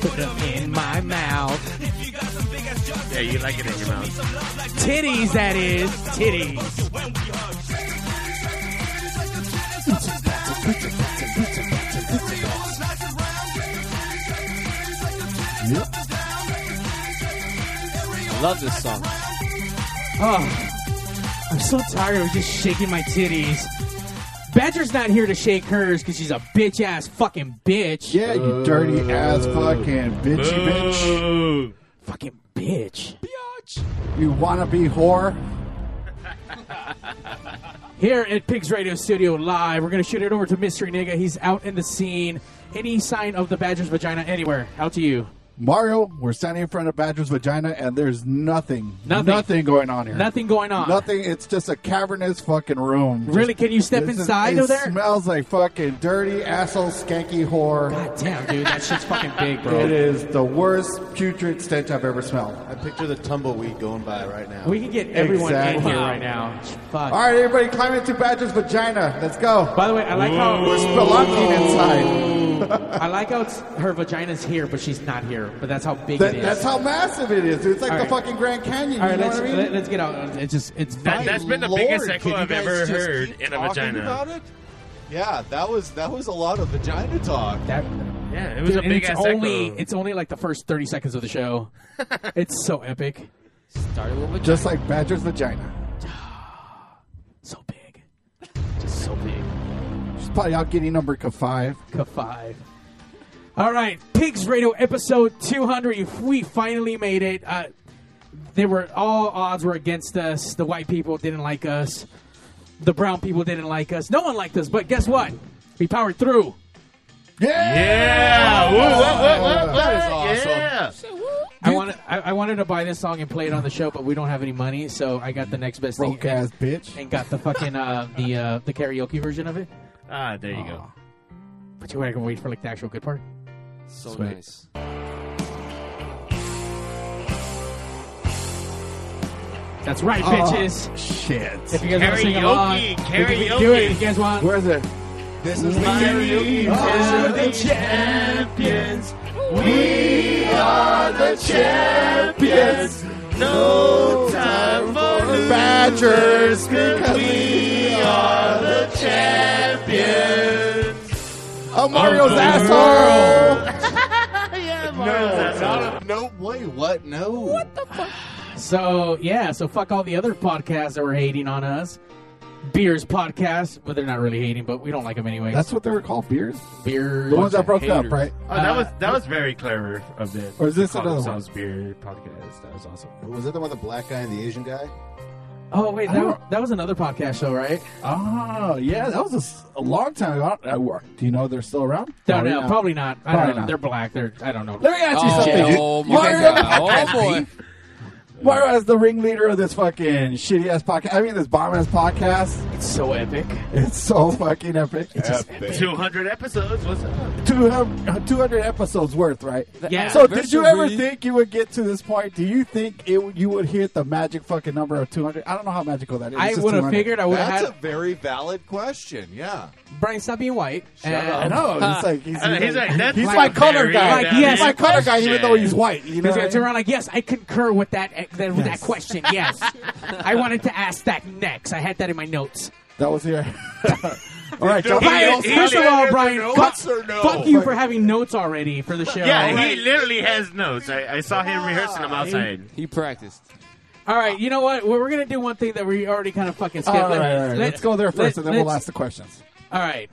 put them in my mouth. Yeah, you like it in your mouth. Titties, that is. Titties. I love this song. Oh, I'm so tired of just shaking my titties. Badger's not here to shake hers because she's a bitch ass fucking bitch. Yeah, you dirty ass fucking bitchy bitch. Ooh. Fucking bitch. You wanna be whore? Here at Pigs Radio Studio Live, we're going to shoot it over to Mystery Nigga. He's out in the scene. Any sign of the Badger's vagina anywhere? Out to you. Mario, we're standing in front of Badger's vagina and there's nothing, Nothing. going on here. Nothing going on. Nothing. It's just a cavernous fucking room. Really? Can you step This is- inside it of there? Smells like fucking dirty asshole skanky whore. God damn, dude. That shit's fucking big, It bro. is the worst putrid stench I've ever smelled. I picture the tumbleweed going by right now. We can get everyone in Exactly. here right now. Fuck. All right, everybody, climb into Badger's vagina. Let's go. By the way, I like how We're spelunking inside. I like how it's, her vagina's here, but she's not here. But that's how big That, it is. that's how massive it is. dude. It's like All the right. fucking Grand Canyon. You All right, know let's what I mean? let, us get out. It's just it's That, that, that's been the Lord, biggest can echo you I've guys ever just heard keep in a talking vagina. about it? Yeah, that was that was a lot of vagina talk. that Yeah, it was dude, a and big it's ass only echo. it's only like the first thirty seconds of the show. it's so epic, Started with vagina. Just like Badger's vagina. so big. Just so big. She's probably out getting number five. Ka five. All right, Pigs Radio episode two hundred. We finally made it. Uh, they were all odds were against us. The white people didn't like us. The brown people didn't like us. No one liked us. But guess what? We powered through. Yeah. Yeah. Ooh, what, what, what, That is what? awesome. Yeah. I wanted I, I wanted to buy this song and play it on the show, but we don't have any money, so I got the next best thing Broke ass and, bitch. and got the fucking uh, the uh, the karaoke version of it. Ah, there you go. But you I can wait for like the actual good part. So Sweet. nice. That's right, bitches. If Shit. you guys want to sing Karaoke, along, we can- we can do it. If you guys want, Where is it? This is the karaoke version. the champions. Yes. No time for Badgers. Because we are the champions. of Oh, Mario's asshole. No, wait, what? No. What the? So yeah, so fuck all the other podcasts that were hating on us. Beers podcast, but they're not really hating, but we don't like them anyway. That's what they were called, beers. beers. The ones that broke up, haters. right? Oh, that was that was very clever of them. Or is this to call another one? themselves beer podcast? That was awesome. Was that the one with the black guy and the Asian guy? Oh wait, I that, don't- was- that was another podcast show, right? Oh, yeah, that was a s- a, long time ago. I don't- uh, Do you know they're still around? No, no, not. probably not. I Probably don't know. not. They're black. They're I don't know. Let me ask you Oh, something. oh my Mario, God. Oh boy. Mario as the ringleader of this fucking shitty ass podcast. I mean, this bomb ass podcast. It's so epic. It's so fucking epic. Two hundred episodes. What's up? Two hun- 200 episodes worth, right? Yeah. So, did you ever Anniversary. think you would get to this point? Do you think it would- you would hit the magic fucking number of 200? I don't know how magical that is. It's I just would have 200. figured I would That's have a had very valid question. Yeah. Brian stop being white. and- I know. It's like he's, Uh, he's like, that's he's like my a color very guy. valid he's my color guy, even question. though he's white. You know He's what I gonna mean? turn around like, yes, I concur with that eh, that, with that Yes. question. Yes, I wanted to ask that next. I had that in my notes. That was here. All right, John. Brian, he first of didn't all, have Brian, the fuck, notes or no? fuck you for having notes already for the show. Yeah, he literally has notes. I, I saw him rehearsing them outside. He practiced. All right, you know what? We're, we're gonna do one thing that we already kind of fucking skipped. All right, all right, all right. let's go there first, let- and then we'll let's- ask the questions. All right.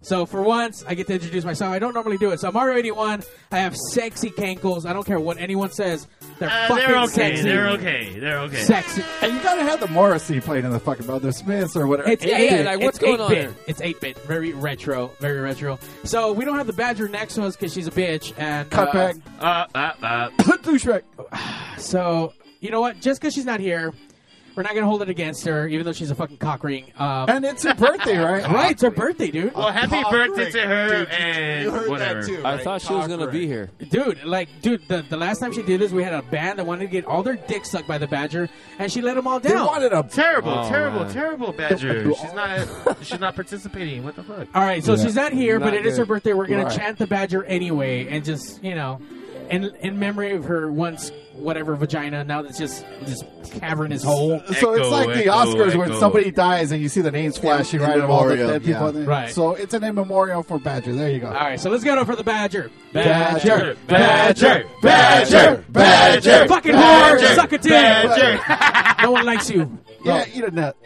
So for once, I get to introduce myself. I don't normally do it. So I'm already 81. I have sexy cankles. I don't care what anyone says. They're Uh, fucking they're okay. sexy. They're okay. They're okay. Sexy. And you gotta have the Morrissey playing in the fucking Brother Smiths or whatever. It's Yeah, eight yeah, bit. like, what's it's going eight on bit. here? It's eight bit. Very retro. Very retro. So we don't have the Badger next to us because she's a bitch. And uh, Cutback, Uh, uh, uh. douche rag. so you know what? Just because she's not here, we're not gonna hold it against her, even though she's a fucking cock ring. Um, And it's your birthday, right? right, it's her birthday, dude. Well, happy Cock birthday ring. to her Dude, you- and you heard whatever. that too. I right? thought she was Cock gonna ring. be here. Dude, like, dude, the, the last time she did this, we had a band that wanted to get all their dicks sucked by the Badger, and she let them all They down. wanted a Terrible, Oh, terrible, man. terrible, Badger. She's not. she's not participating. What the fuck? all right, so Yeah. she's not here, but Not it is her good. birthday. We're gonna Right. chant the Badger anyway, and just you know, in in memory of her once whatever vagina. Now that's just this cavernous hole. so it's Echo, like the echo, Oscars when echo. somebody dies and you see the names flashing in right of all the memoriam, dead people. yeah. in there. Right. So it's an in memoriam for Badger. There you go. All right, so let's go for the badger. Badger, Badger, Badger, Badger, fucking Badger, whore, suck a dick. Badger. No one likes you. Yeah, eat a nut.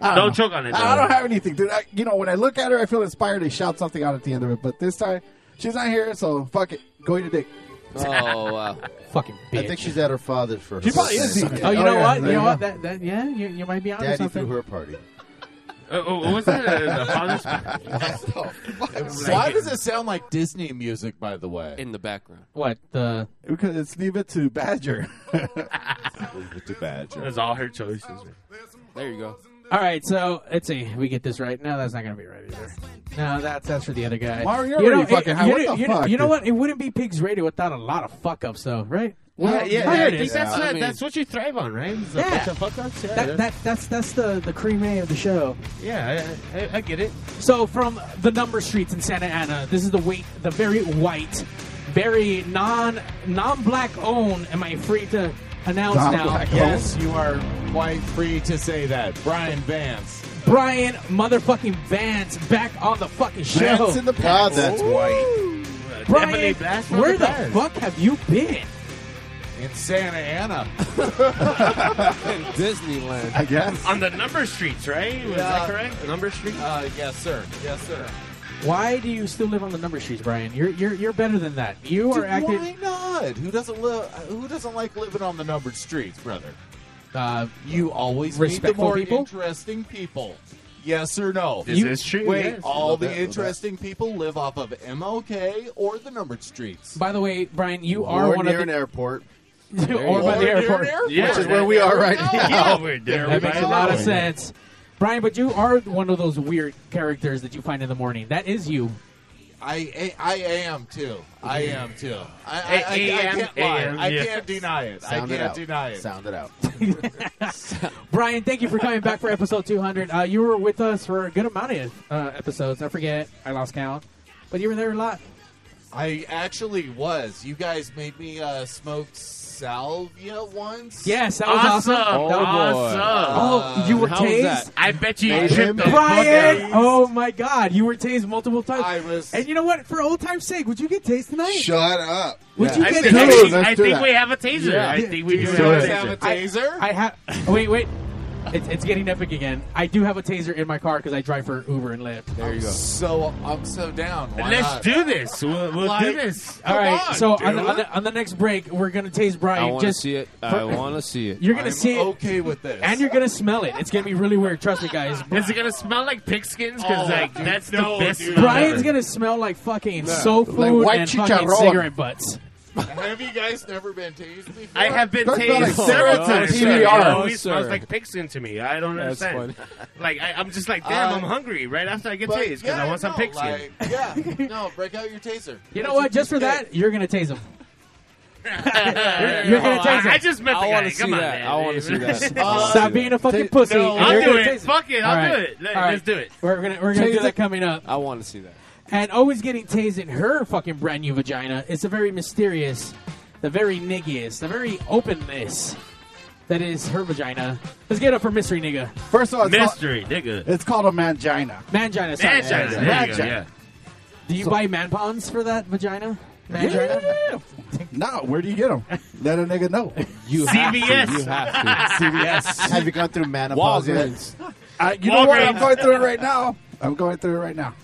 I Don't know. choke on it, I I though. don't have anything, dude. I, you know, when I look at her, I feel inspired to shout something out at the end of it. But this time, she's not here, so fuck it. Go eat a dick. Oh wow. Fucking bitch. I think she's at her father's for her. She probably is birthday. eating Oh, you Oh, know yeah, what? You there know you what? go. That, that, yeah, you, you might be onto Daddy something. threw her party. Oh, oh, what was that? Uh, the father's Why does it sound like Disney music? By the way, In the background. What the? Because it's leave it to Badger. it's a badger. That's all her choices. man. There you go. All right, so let's see. We get this right. No, that's not gonna be right either. No, that's that's for the other guy. Mario, you're you know, already fucking high. You, What know- the you know- fuck, you know dude? what? It wouldn't be Pigs Radio without a lot of fuck ups, though, right? Yeah, yeah, there I it think is. that's Yeah. what I mean- that's what you thrive on, right? Is a Yeah. bunch of fuck-ups? Yeah, That, that that's that's the the cream A of the show. yeah I, I, I get it. So from the number streets in Santa Ana, this is the wait, the very white, very non non black owned. Am I free to announce Non-black owned. now? Yes, you are quite free to say that, Brian Vance. Brian motherfucking Vance back on the fucking show. That's in the God, that's white. Brian, Definitely blast from where the the past. fuck have you been? in Santa Ana. Disneyland. I guess. On the number streets, right? Was that correct? Number streets. Uh, yes, sir. Yes, sir. Why do you still live on the number streets, Brian? You're you're you're better than that. You are Dude, acting. why not? Who doesn't live? Who doesn't like living on the numbered streets, brother? Uh, You always meet the Respectful more people? interesting people. Yes or no? This you- is true. Wait, yes. all the that, love that. interesting people live off of MLK or the numbered streets. by the way, Brian, you are Or one near of an the airport. or by Or the near an airport. airport. Yeah. Which is where we are right now. yeah, we're there. That makes a right? lot of sense, Brian. But you are one of those weird characters that you find in the morning. That is you. I, I I am too. I am too. I, I, I, I A.M., can't lie. A.M., I yeah. can't deny it. Sound I it can't out. deny it. Sound it out. Brian, thank you for coming back for episode 200. Uh, you were with us for a good amount of uh, episodes. I forget, I lost count, but you were there a lot. I actually was. You guys made me uh, smoke salvia once. Yes, that was Awesome. awesome. That was- Awesome. Oh, you were How was that? tased. I bet you Made tripped him the Brian! fuck out. Oh my god, you were tased multiple times. I was- And you know what? For old time's sake, would you get tased tonight? Shut up. would Yeah. you I get think, I Dude, think- tased? let's I do think that. we have a taser. I think we do You have guys a have a taser. taser? I have. Wait, wait. It's, it's getting epic again. I do have a taser in my car because I drive for Uber and Lyft. there you go. So I'm so down. Why Let's not? do this. We'll, we'll do Like- this. All right, on, so on the, dude. on, the, on the next break, we're gonna tase I Brian. want to Just see it. I for- want to see it. you're gonna I'm see it, okay with this. and you're gonna smell it. It's gonna be really weird. Trust me, guys. Is it gonna smell like pigskins? Because Oh, like dude, that's no, the best. dude. smell Brian's ever. gonna smell like fucking soul food Like white and fucking chicharrón. cigarette butts. Have you guys never been tased before? I have been That's not tased like several cereal. times. TBR. It always Sir. smells like pigskin to me. I don't That's understand. Like I, I'm just like, damn, I'm hungry right after I get But, tased because yeah, I want some no, pigskin. like, yeah, no, break out your taser. You know what? Just for that, you're gonna tase him. You're gonna tase Oh, I, I it. just met the I guy. wanna see Come on, that. man. I wanna see that. Uh, Stop being a fucking Ta- pussy. no, and I'll you're do gonna it. tase him. Fuck it. I'll All do right. it. Let, All right. Let's do it. We're gonna we're gonna Tase do that it. coming up. I want to see that. And always getting tased in her fucking brand new vagina is the very mysterious, the very niggiest, the very openness that is her vagina. Let's get up for mystery nigga. First Oh, of all, it's, called, Mystery, nigga. it's called a mangina. Mangina. sorry. Mangina. There you go. Mangina. Yeah. Do you buy man pawns for that vagina? Mangina? No, where do you get them? Let a nigga know. You have to. CBS. You have to. CVS. Have you gone through menopause yet? Walgreens. I, Uh, you know what? I'm Walgreens. going through it right now. I'm going through it right now.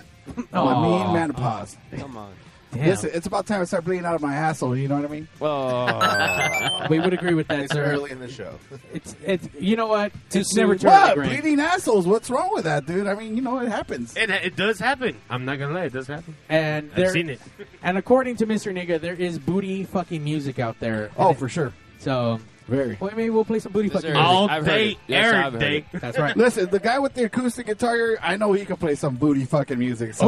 I Aw, mean, menopause. Come on. damn. Listen, it's about time I start bleeding out of my asshole. You know what I mean? Oh, we would agree with that, sir. in the show. It's, it's, you know what? It's Dude, never too what? early, Greg. Bleeding assholes. What's wrong with that, dude? I mean, you know, it happens. It, it does happen. I'm not gonna lie, it does happen. And I've there, seen it. And according to Mr. Nigga, there is booty fucking music out there. oh, for sure. So, Very. well, maybe we'll play some booty fucking there music. All I've heard day, it. Yes, I've every heard day. That's right. Listen, the guy with the acoustic guitar, I know he can play some booty fucking music. So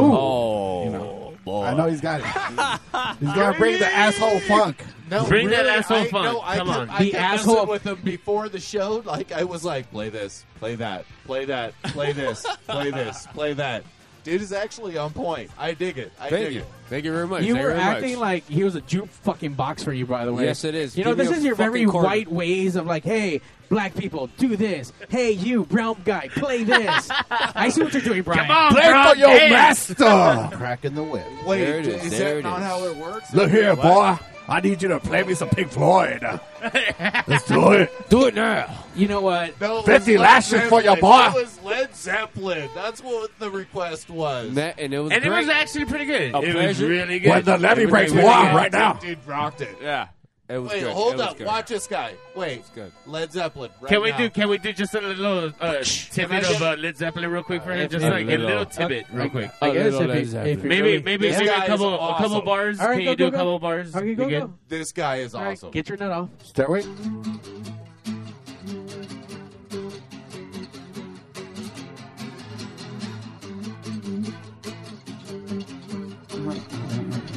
oh, I know he's got it. he's gonna bring the asshole funk. No, Bring that really, asshole I, fun. No, I Come kept, on. I The kept asshole- messing with them before the show. Like I was like, play this, play that, play that, play this, play this, play that. It is actually on point. I dig it. I Thank dig you. it. Thank you very much. You Thank were very acting much. like he was a juke fucking box for you, by the way. Yes, it is. You know, Give me this a is your fucking very quarter. white ways of like, hey, black people, do this. Hey, you brown guy, play this. I see what you're doing, Brian. Come on, Play bro, for your dance. master. Cracking the whip. Wait, There it d- is. is There that it not is. how it works? Look here, boy. I need you to play me some Pink Floyd. Let's do it. Do it now. You know what? No, it 50 was Led lashes for your Zeppelin. boy. It was Led Zeppelin. That's what the request was. And, that, and it was And it great. was actually pretty good. A it was pleasure. really good. When the levee Everything breaks, really boy, good. right now. Dude rocked it. yeah. It was Wait, good. it hold was up. Good. Watch this guy. Wait. good. Led Zeppelin. Right Can we now. do? Can we do just a little uh, tidbit I of uh, Led Zeppelin real quick for him? Just A like a little. little tidbit, real quick. I A guess little if Led it- Zeppelin. if it Maybe really- maybe This maybe guy a is couple a couple awesome. bars. All right, Can go, you do go, a go. couple bars? Okay, You go, good? go. This guy is All right, awesome. get your nut off. Stairway.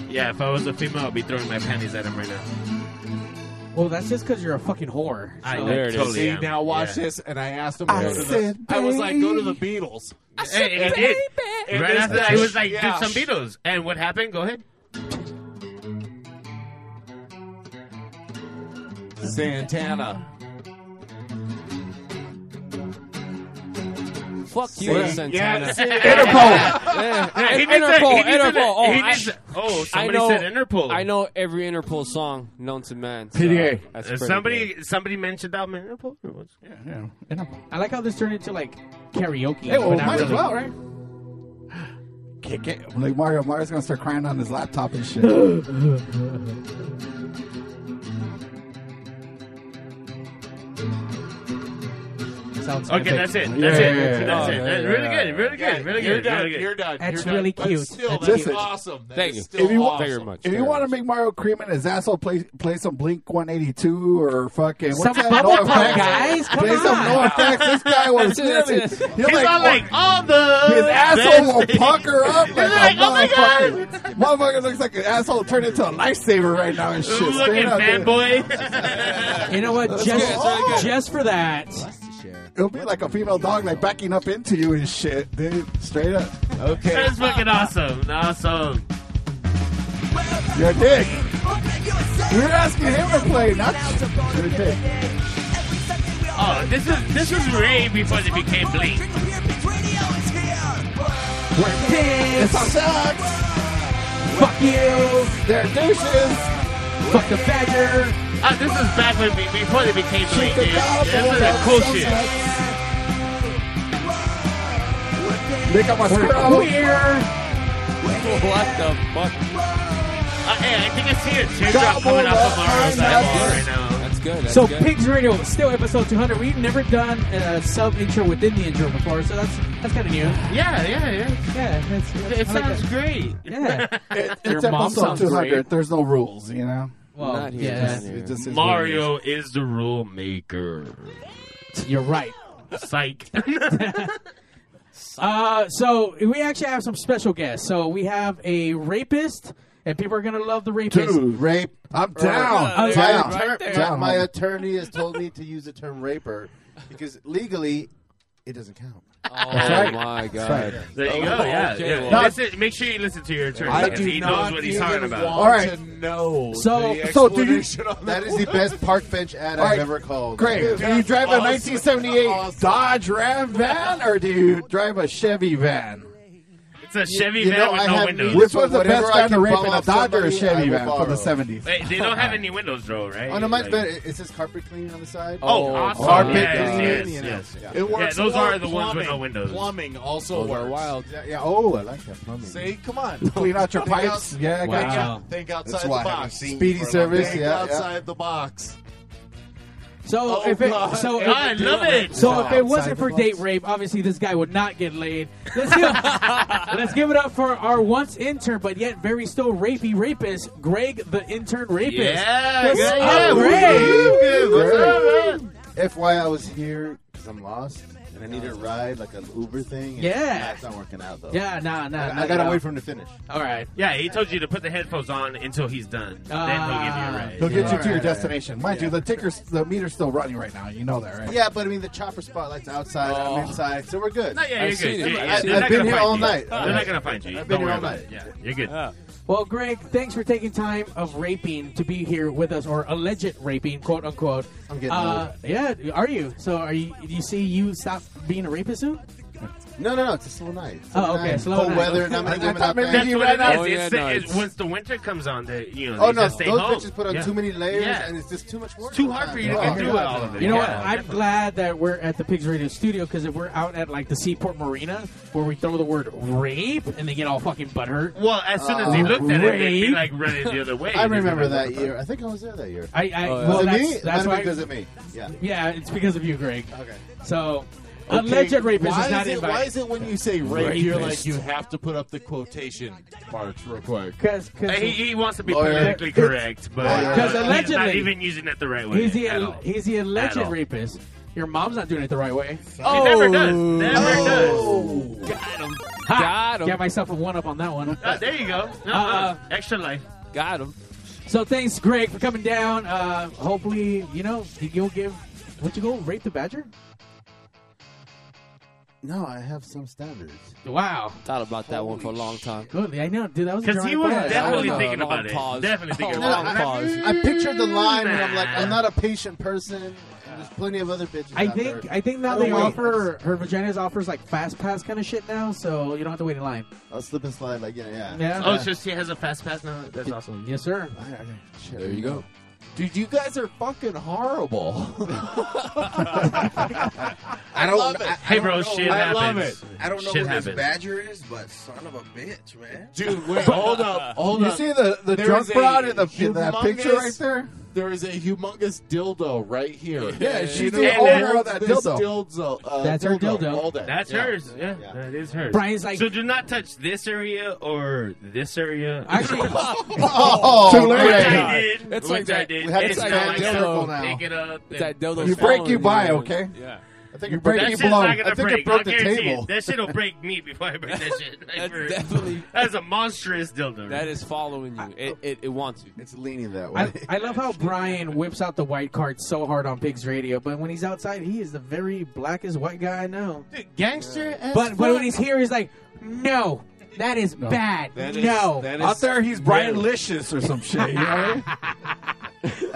Yeah, if I was a female, I'd be throwing my panties at him right now. Well, that's just because you're a fucking whore. I So- There it is. totally See am. now, watch Yeah. this, and I asked him. I to go to said, the, I was like, go to the "Baby." Beatles. Hey, it did. And Right this- after that, he was like, Yeah. "Do some Beatles." And what happened? Go ahead. Santana. Fuck you, Yeah. Santana. Interpol. Yeah. Yeah, he needs a- Interpol. he needs a- Interpol. Oh, he I- needs a- Oh, I somebody know. said Interpol. I know every Interpol song known to man. So PDA. that's Uh, pretty Somebody, good. somebody mentioned that man, Interpol. I like how this turned into like karaoke. Hey, well, but not might as really. well, right? Kick it. Like Mario. Mario's gonna start crying on his laptop and shit. Sounds Okay, epic. that's it. That's Yeah, it. yeah, That's yeah, it. yeah, That's yeah, Really yeah. good. Really Yeah, good. Really you're good. done. Really You're good. done. That's you're done. really But cute. still, That's that's cute. awesome. That Thank is you. Still If you want- awesome. Thank you very much. If you want to make Mario Creeman his asshole, play play some Blink 182 or fucking what's Some that? bubble No pop, Effects? guys. Come play some on. No Effects. This guy was That's it, that's literally it. he's He's all like, oh, all the his asshole will best thing." pucker up like, like, a "Oh my motherfucker. motherfucker looks like an asshole turned into a lifesaver right now and shit. Looking Straight up, dude. fanboy. You know what? go. Just, just for that. It'll be like a female dog like backing up into you and shit, dude. Straight up. Okay, That's fucking awesome. Awesome. your dick. You're asking him to play, not your dick. Oh, this is this is Ray before they became Blink. It's Piss. all sucks. Fuck you. They're douches. Fuck the badger. Oh, this is back when be- before they became Blink, the dude. dog This is and the cool the shit. sunset. They got my We're scrub. queer. What the fuck? Uh, hey, I think I see a teardrop coming off of Mario's eyeball right now. That's good. That's So, good. Pigs Radio, still episode 200. We've never done a sub intro within the intro before, so that's that's kind of new. Yeah, Yeah, yeah, yeah. that's, that's, It I like sounds that. great. Yeah. It- Your It's mom episode sounds 200. great. There's no rules, you know? Well, Not here, yeah, not here. It just is what Mario is the rule maker. you're right. Psych. Uh, so we actually have some special guests. So we have a rapist, and people are gonna love the it rapist. is. Dude, rape. I'm down. Uh, down. right there. down. My homie. attorney has told me to use the term raper because legally it doesn't count. oh right. my god. right. There you Oh, go. Yeah. okay, yeah. well. Now- No. Listen, make sure you listen to your attorney. I because do he not knows what he's even talking about. Want All right. to know So- the so do you- explanation on That is the best park bench ad All right. I've ever called. Great. Do you drive a awesome. 1978 Awesome. Dodge Ram van or do you drive a Chevy van? It's a Chevy you van know, with I no have windows. music- Which one's the Whatever best I van to can rape palm in a off Dodge or a somebody, I Chevy will van from borrow. the 70s? Wait, they don't have any windows, though, right? On the mic, Like- but it, it says carpet cleaning on the side. Oh, Oh, awesome. carpet yes, cleaning, yes, you know. yes. Yeah. It works. those well. are the ones with no Plumbing- windows. Plumbing also Those are works. wild. Yeah, yeah. Oh, I like that plumbing. See, come on. Clean out your pipes. Yeah, I got Wow. Think, out- think outside That's the why I haven't box. seen you Speedy for a long service, Think time. yeah, outside the box. So Oh, if it, God. so if, Oh, I love it. So if it Outside wasn't the for box. date rape, obviously this guy would not get laid. Let's give, let's give it up for our once intern, but yet very still rapey rapist, Greg the intern rapist. Yeah, What's yeah, up, yeah. Greg? What's up, man? FYI, I was here because I'm lost. And I need to ride like an Uber thing. and Yeah. nah, it's not working out though. Yeah, nah, nah. I, nah, I gotta nah. wait for him to finish. All right. Yeah, he told you to put the headphones on until he's done. Ah. then he'll give you a He'll raise. get you to your destination. Mind you, the ticker's the meter's still running right now. You know that, right? Yeah, but I mean the chopper spotlight's outside. I'm inside, so we're good. Oh. No, yeah, I've you're seen good. it. Yeah, I've yeah, seen they're it. not I've been gonna here fight all you. night. They're not gonna find you. I've been here Don't worry all about it. night. Yeah, you're good. Yeah. Well, Greg, thanks for taking time of raping to be here with us, or alleged raping, quote unquote. I'm getting uh, Yeah, are you? So, are you? Do you see you stop being a rapist soon? No, no, no. It's a slow night. It's Oh, a okay, night. slow Cold night. weather. Not many I women thought out maybe there. That's He what ran it is. out. it's, Oh, yeah, no, it's- it's- once the winter comes on, they you know Oh they no, just those stay home. bitches put on Yeah. too many layers, Yeah. and it's just too much work. It's too hard for you to sometimes. get through all of it. You know Yeah, what? I'm definitely. glad that we're at the Pigs Radio Studio because if we're out at like the Seaport Marina where we throw the word rape and they get all fucking butthurt, Well, as soon as he looked at it, they'd be rape. like running the other way. I remember that year. I think I was there that year. I, I Oh, yeah. well, was it that's, me? It that's might have been why. because of me. Yeah. yeah, it's because of you, Greg. Okay. So, Okay, alleged rapist why is not it, Why invited is it when you say rape, you're Rapist. like, you have to put up the quotation marks real quick? because He, he wants to be Lawyer. politically correct, but Lawyer. 'Cause uh, he's not allegedly- even using it the right way. he's the at al- all. he's the alleged all. rapist. Your mom's not doing it the right way. He Oh. never does. Never does. Got him. Ha! Got him. Got myself a one up on that one. Ah, there you go. No, Uh, no. extra life. Got him. So thanks, Greg, for coming down. Uh, hopefully, you know you'll give. Would you go rape the badger? No, I have some standards. Wow. Thought about that one for a long time. Good. I know, dude. That was a Because he dramatic was definitely pause. I don't know. thinking about Long it. pause. Definitely thinking Oh, about long it. pause. I pictured the line, and I'm like, I'm not a patient person. There's plenty of other bitches. I out think there. I think now Oh, they wait. offer her vaginas offers like fast pass kind of shit now, so you don't have to wait in line. I'll slip and slide like yeah, yeah. Yeah. Oh, so she has a fast pass now? That's awesome. Yes, sir. There you go. Dude, you guys are fucking horrible. I don't. love it. I, I Hey, don't bro, know. shit I, happens. love I don't know Shit who this happens. badger is, but son of a bitch, man. Dude, wait, hold up, hold You up. see the, the There drunk is a broad in, the, in that humongous- picture right there? there is a humongous dildo right here. Yeah, she's the owner of that This dildo. dildo. uh, That's her dildo. All that. That's Yeah. hers. Yeah, Yeah. that is hers. Brian's like- so do not touch this area or this area. Actually, Oh, Too late. Which Great. I did. It's which like that- I did. we have It's to not stand like circle now. that. Pick it up. It's that dildo. You break, falling you buy, down. okay? Yeah. I think you break That it shit's belong. not gonna I think it break. broke I'll the guarantee table. It. That shit'll break me before I break that shit. Like, That's for- definitely- That's a monstrous dildo. That is following you. It, it, it wants you. It's leaning that way. I, I love how Brian whips out the white card so hard on Pigs Radio, but when he's outside, he is the very blackest white guy I know. Dude, gangster. as But but when fuck. he's here, he's like, no, that is bad. That is- no, that Out is there, he's Brian Licious or some shit. You know what I mean?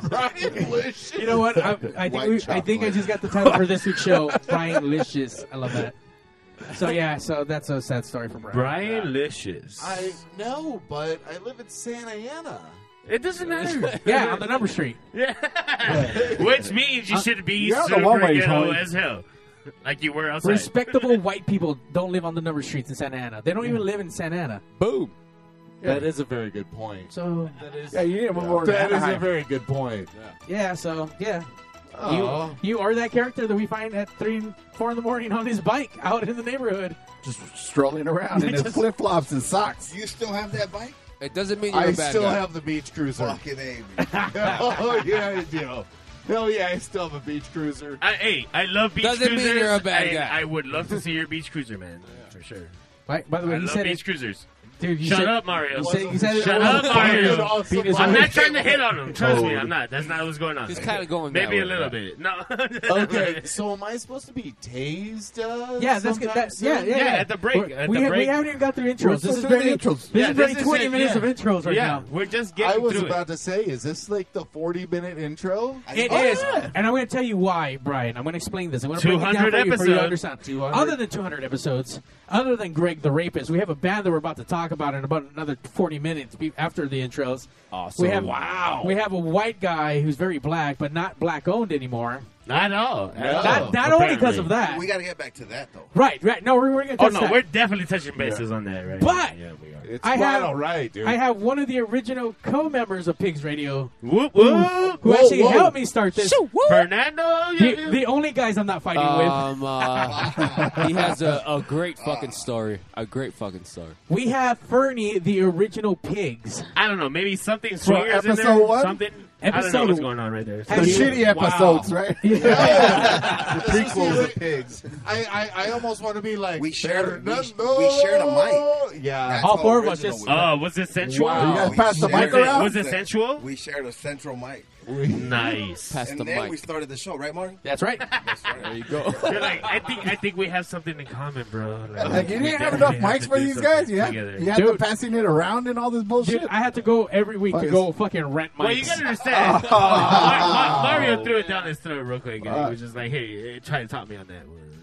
Brian Lish. you know what? I, I think White we, I think I chocolate. just got the title for this week's show. Brian Licious, I love that. So yeah, so that's a sad story from Brian. Brian Licious. I know, but I live in Santa Ana. It doesn't matter. Yeah, on the number street. Which means Uh, you should be you're out the super one-way, ghetto homie. as hell. Like you were outside. Respectable white people don't live on the number streets in Santa Ana. They don't even live in Santa Ana. Boom. That is a very good point. So That is. Yeah, you need to move over to That is a Anaheim. very good point. yeah, so yeah. Oh. You you are that character that we find at three and four in the morning on his bike out in the neighborhood. Just strolling around in his Just- flip flops and socks. You still have that bike? It doesn't mean you're a I bad still guy. have the beach cruiser. Fucking A, oh yeah, I do. Hell yeah, I still have a beach cruiser. I, hey, I love beach Doesn't mean cruisers. you're a bad and guy. I would love to see your beach cruiser, man. For sure. By, by the I way, you love said beach it, cruisers. dude. You Shut said, up, Mario. You said, you said it Shut was up, a Mario. fucking Awesome. penis I'm on not it. trying to hit on him. Trust me, I'm not. That's not what's going on. It's kinda going Maybe a that way, little yeah. bit. No. Okay, so am I supposed to be tased? Uh, Yeah, that's good. sometime That, yeah, soon? yeah, Yeah, at the break, We're- at we, the ha- we break. haven't even got through We're intros. still This is doing very the intros. This Yeah, is very this is twenty it, minutes yeah. of intros right yeah, now. we're just getting I was through about to say, is this like the 40 minute intro? Oh, It Oh, is, and I'm going to tell you why, Brian. I'm going to explain this. I'm going to break it 200 down for you, for you to episodes. understand. Other than 200 episodes, other than Greg the Rapist, we have a band that we're about to talk about in about another 40 minutes be- after the intros. Awesome. We have We have a white guy who's very black, but not black owned anymore. it. Not all. No. not Oh, not only because of that. We got to get back to that though. right, right. No, we're, we're going to Oh touch no, that. we're definitely touching bases on that, right? But- yeah, we are. It's I quite have- all right, dude. I have one of the original co-members of Pigs Radio Whoop whoop. who Whoa, actually whoa. helped me start this. Fernando, you- The, the only guys I'm not fighting Um, uh, he has a, a great fucking story. A great fucking story. with. We have Fernie, the original Pigs. I don't know, maybe something swingers in there. episode one? Something. I don't know what's Episode going on right there. Have The you- shitty Wow. episodes, right? The prequels of pigs. I, I, I almost want to be like We shared- we- Fernando. we shared a Yeah. That's all four of how us original just- we were. Oh, was it sensual? You guys We passed the shared mic Was it- around? Was it sensual? We shared a central mic. nice. Pass and the then mic. we started the show, right, Martin? That's right. there you go. You're like, I think I think we have something in common, bro. Like, you we didn't have enough definitely to mics for do these something guys. You had, together. you had them Dude. passing it around and all this bullshit. Dude, I had to go every week to Fuck. go fucking rent mics. Well, you gotta understand. Mar- Mar- Mario threw it down his throat real quick. Uh. And he was just like, "Hey, eh, try to top me on that." Word.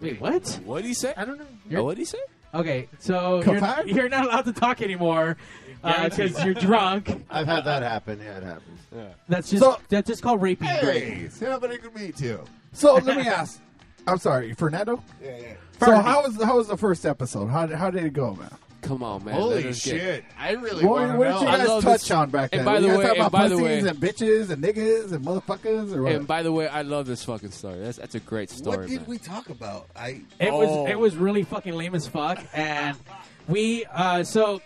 Wait, what? What did he say? I don't know. What did he say? Okay, so you're, Kapai? you're not allowed to talk anymore because you're drunk. I've had that happen. Yeah, it happens. That's just So- that's just called raping. Greg. Hey, somebody could meet you. so let me ask. I'm sorry, Fernando. Yeah, yeah. So how was how was the first episode? How did, how did it go, man? Come on, man. let Holy us get- shit! I really What, want to what did you know. I guys love touch this- on back then? and by you the guys way- talk and about by the pussies way- and bitches and niggas and motherfuckers or what? And by the way, I love this fucking story. That's that's a great story. what did man. we talk about? I It Oh. was it was really fucking lame as fuck, and we uh, so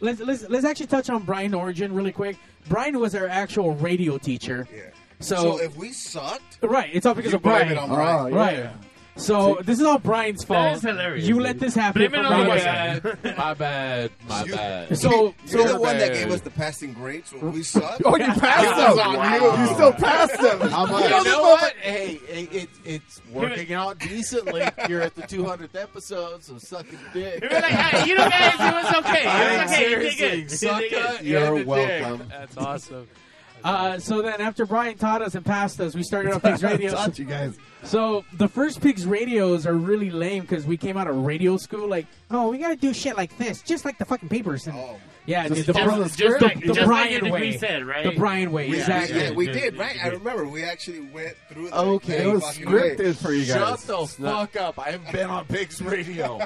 let's, let's let's actually touch on Brian Origin really quick. Brian was our actual radio teacher, yeah. so, so if we sucked, right, it's all because you of blame Brian, it on Oh, Brian. yeah. right? So this is all Brian's fault. That is hilarious, You dude. let this happen. Blame it for on the Brian. West. my bad. My bad. So You're the so one bad. that gave us the passing grades when we sucked. Oh, you passed them. You still passed them. How much? You You know know what? Hey, it, it, it's working out decently. You're at the 200th episode, so suck a dick. We were like, hey, you know, guys, it was okay. It I was okay. You did good. You seriously, did suck good. a You're and a dick. welcome. That's awesome. uh, so then after Brian taught us and passed us, we started up Pigs Radio. Taught you guys. So the first pigs radios are really lame because we came out of radio school like, oh, we gotta do shit like this, just like the fucking papers. And, Oh. yeah, dude, Just the, follow Bri- the the, script. Just like, the just like your Brian degree way, said, right? the Brian way, Yeah, exactly. yeah, we Yeah, did, yeah, right? yeah. I remember we actually went through. The Okay, it was fucking way. scripted for you Shut guys. the fuck up. I haven't been on Pigs Radio.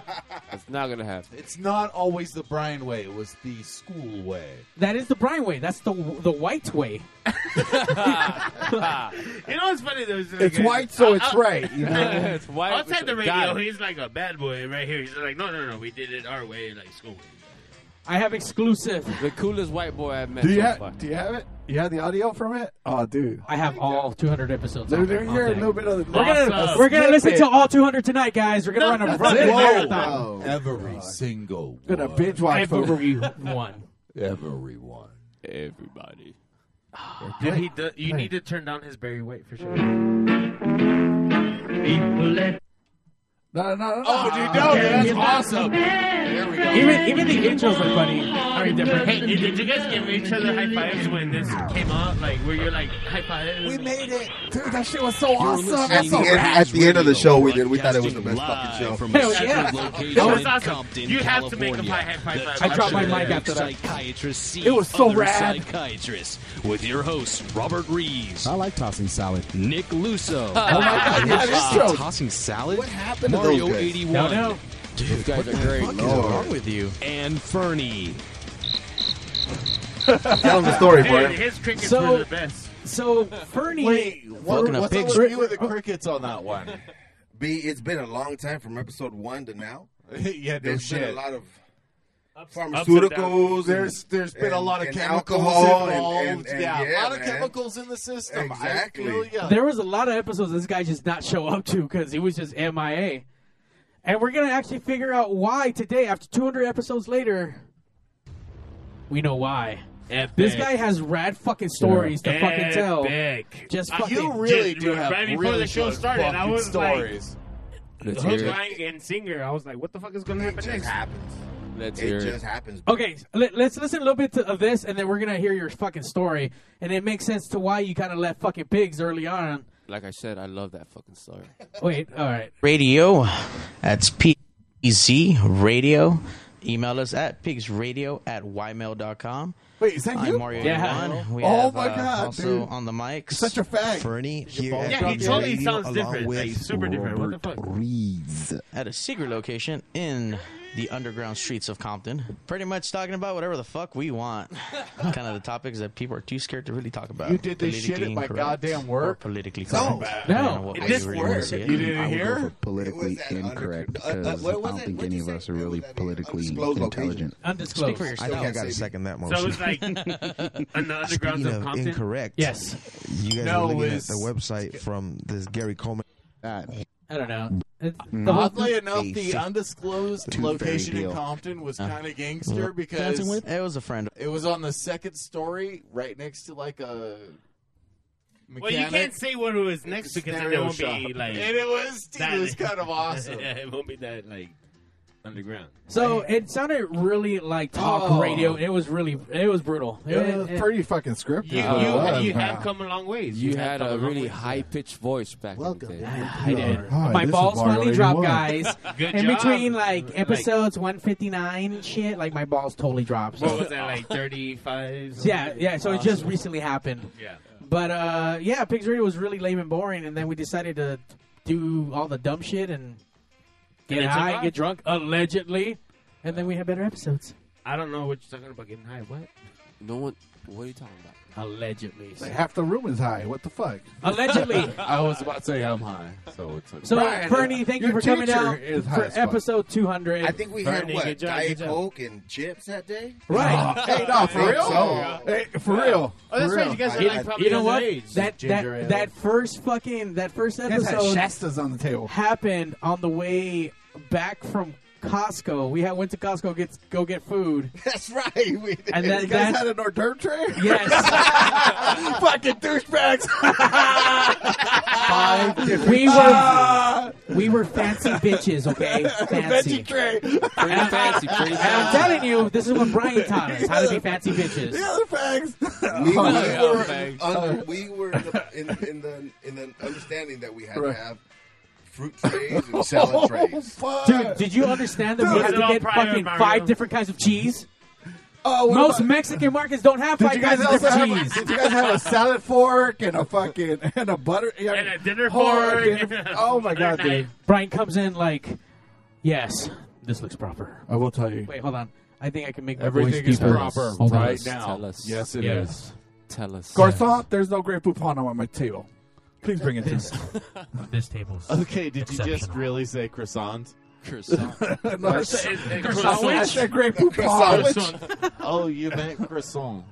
It's not gonna happen. it's not always the Brian way. It was the school way. That is the Brian way. That's the the white way. You know what's funny though? is like, It's uh, white, so uh, it's uh, right. You know? it's white. Outside the radio, Got it. he's like a bad boy right here. He's like, no, no, no, we did it our way, like school. I have exclusive. The coolest white boy I've met. Do you so have? far. Do you have it? You have the audio from it? Oh, dude. I have all 200 episodes. Dude, on They're there. here a little bit of the. We're gonna Awesome. we're gonna Snip listen it. to all 200 tonight, guys. We're gonna run a That's fucking it. marathon. Every single one. Gonna binge watch for Everyone. Everyone. Everybody. Dude, he do, you need to turn down his Barry White for sure. People let- No, no, no. Oh, dude, no, that's awesome. There we go. Even even the intros are funny. Are different. Hey, did did you guys give each other high fives when this came out? Like, where you're like high fives? we made it. Dude, that shit was so awesome. At That's the, so end, rad. at the end of the show, we did. We thought it was the best fucking show. From Hell a yeah. secret location That was in awesome. Compton, You have to California. make a high- high five. The I dropped my touch mic of after that. Psychiatrist C. It was so other rad. Psychiatrist with your host Robert Reeves, I like tossing salad. Nick Lusso, Oh my god, yeah, this show. Tossing salad? What happened to Mario those guys? 81, No, no. Dude, Guys are great. What the fuck is wrong with- with you, and Fernie. Tell them the story, Dude, Brian. his crickets So- were the best. So Fernie. Wait, what, Fucking a what's big up with you with the crickets on that one? B, it's been a long time from episode one to now. yeah, no There's been a shit. lot of downs. pharmaceuticals. and- There's there's been a and- lot of and chemicals alcohol and- involved. and- and yeah, a yeah, lot of man. chemicals in the system. Exactly. I feel ya. There was a lot of episodes this guy just not show up to because he was just MIA. And we're gonna actually figure out why today, after 200 episodes later, we know why. Epic. This guy has rad fucking stories to fucking tell. Epic. Just Uh, fucking. Ah, you really Just do have right before really the show good started, I fucking was like- stories. Let's Hook, hear it. line, and singer. I was like, what the fuck is going to It happen just next? happens. Let's hear It it. just happens. okay, so let, us listen a little bit to, of this, and then we're gonna hear your fucking story, and it makes sense to why you kind of left fucking pigs early on. Like I said, I love that fucking story. Wait, all right. Radio. That's PZ Radio. Email us at pigsradio at ymail.com. Wait, is that I'm you? Mario Yeah. Yuan. We Oh have, my uh, God, also dude. on the mics. Such a fag. Bernie here at Yeah, he Pigs totally Radio sounds along different, with like, super different. What the Robert fuck? Reeves. at a secret location in the underground streets of Compton. Pretty much talking about whatever the fuck we want. kind of the topics that people are too scared to really talk about. You did this shit at Politically my incorrect goddamn work? or Politically So correct. bad. I don't No, know what it way just really wanna worked. see it. You didn't I would hear? go for Politically incorrect because I don't think any of us are really politically intelligent. Undisclosed. Speak for I think I yourself, got to baby. second that So motion. it's like, on the Speaking undergrounds of of Compton? incorrect, Yes. you guys No, are looking at it's- the website from this Gary Coleman. I don't know. The whole- Oddly enough, the Ace. undisclosed Tooth location fairy in deal. Compton was Uh, kind of gangster what dancing because with? It was a friend. it was on the second story, right next to like a. Well, you mechanic. can't say what it was next because then it Stereo won't be shop. like. And it was- dude, that- it was kind of awesome. it won't be that like underground. So it sounded really like talk Oh. radio. It was really, it was brutal. It was pretty fucking scripted. You, though. you, you have come a long ways. You You've had come a long really ways. high-pitched voice back in the day. I did. Hi, My this is balls Mario finally dropped, 81. guys. Good In job. between like Like- episodes 159 and shit, like my balls totally dropped. So- What was that like? Thirty-five. Yeah, yeah. So it just recently happened. Yeah. But uh, yeah, Pigs Radio was really lame and boring, and then we decided to do all the dumb shit and get And it took high, off. get drunk, allegedly, and then we had better episodes. I don't know what you're talking about getting high. What? No one. What are you talking about? Allegedly. Like, half the room is high. What the fuck? Allegedly. I was about to say I'm high, so it's okay. So Bernie, thank you your for coming teacher out is high for as fuck. episode 200. I think we had what Diet Coke and chips that day. Right. Hey, no, for real? Hey, for real. Oh, that's For right, real. you guys You- you know what? That that, that first fucking that first Guys had episode Shastas on the table. happened on the way back from Costco. We had, went to Costco get go get food. That's right. We did. And that, you guys that- had an hors d'oeuvre tray? yes, fucking douchebags. Five different we Ah! were we were fancy bitches. Okay, fancy. veggie tray. Pretty fancy, pretty And I'm fancy. telling you, this is what Brian taught us how to be fancy bitches. The other fags. We, we yeah, were, thanks. under, we were in, the, in, in the in the understanding that we had Right. to have fruit trays and salad trays. Oh, fuck. Dude, did you understand that we Dude, had it's all to get prior, fucking Mario. five different kinds of cheese? oh, what Most about- Mexican markets don't have Did five you guys kinds of also different have? cheese. Did you guys have a salad fork and a fucking and a butter And a dinner Oh, fork. dinner- oh my god, dude! Brian comes in like, yes, this looks proper. I will tell you, Wait, hold on. I think I can make my Everything voice is deeper. Oh, proper Hold on. right us, now. tell us. Yes, it is. Yeah. Tell us. Garcon, there's no great poupon on my table. Please bring it to me. This table's Okay, did you just Exceptional. really say croissant? No, I said- Croissant. I said great Croissant. poupon. Oh, you meant croissant.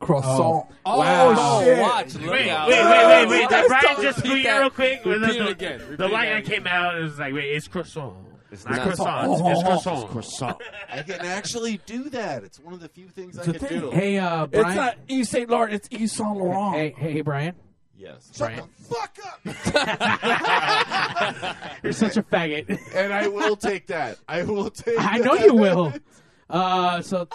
Croissant. Oh, Oh, shit! watch. Look Wait, out. wait, wait, wait, wait. Did Brian just Repeat tweet that. real quick? Repeat the, it the, again. Repeat the white that guy again. came out and was like, wait, it's croissant. It's not not. croissant. Oh, It's oh, croissant. Croissant. I can actually do that. It's one of the few things I The can do. thing. Hey, uh, It's Brian. not Yves Saint Laurent. It's Yves Saint Laurent. Hey, hey, hey, Brian. Yes. Brian, Fuck up. you're such a faggot. And I will take that. I will take I know you will. Uh, so,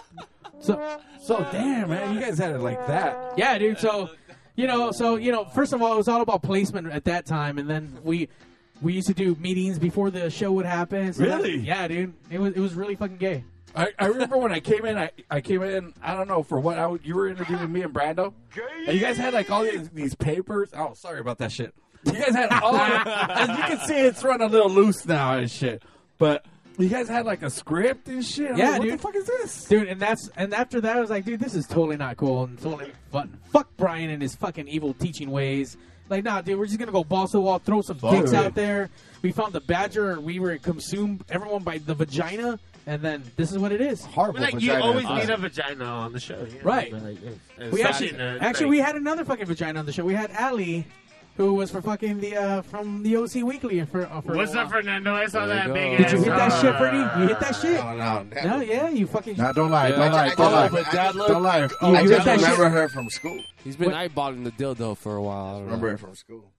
so, so, damn, man. You guys had it like that. Yeah, dude. So, you know, so you know, first of all, it was all about placement at that time, and then we we used to do meetings before the show would happen. So that- Really? yeah, dude. It was it was really fucking gay. I, I remember when I came in. I, I came in. I don't know for what. I, you were interviewing me and Brando. And you guys had like all these, these papers. Oh, sorry about that shit. You guys had Oh, all. as you can see, it's run a little loose now and shit. But you guys had like a script and shit. I'm Yeah, like, what dude. the fuck is this? Dude, and that's and after that, I was like, dude, this is totally not cool and totally fun. Fuck Brian and his fucking evil teaching ways. Like, nah, dude, we're just gonna go balls to the wall, throw some dicks out there. We found the badger, and we were consumed everyone by the vagina, and then this is what it is. Horrible. Like you always need a vagina on the show, yeah. Right. But, like, it's- it's We actually, fashion, uh, actually, like- we had another fucking vagina on the show. We had Allie, who was for fucking the uh, from the OC Weekly for. Uh, for a What's up, while. Fernando? I saw There you that go. big Did you ass, hit that uh, shit, Bernie? You hit that shit? No, no, that No, was- yeah, you fucking. Nah, don't lie. Yeah. Don't lie. I Don't just- lie. I just- Don't lie. You I hit just that shit? remember her from school. He's been eyeballing the dildo for a while. I don't Remember know. her from school.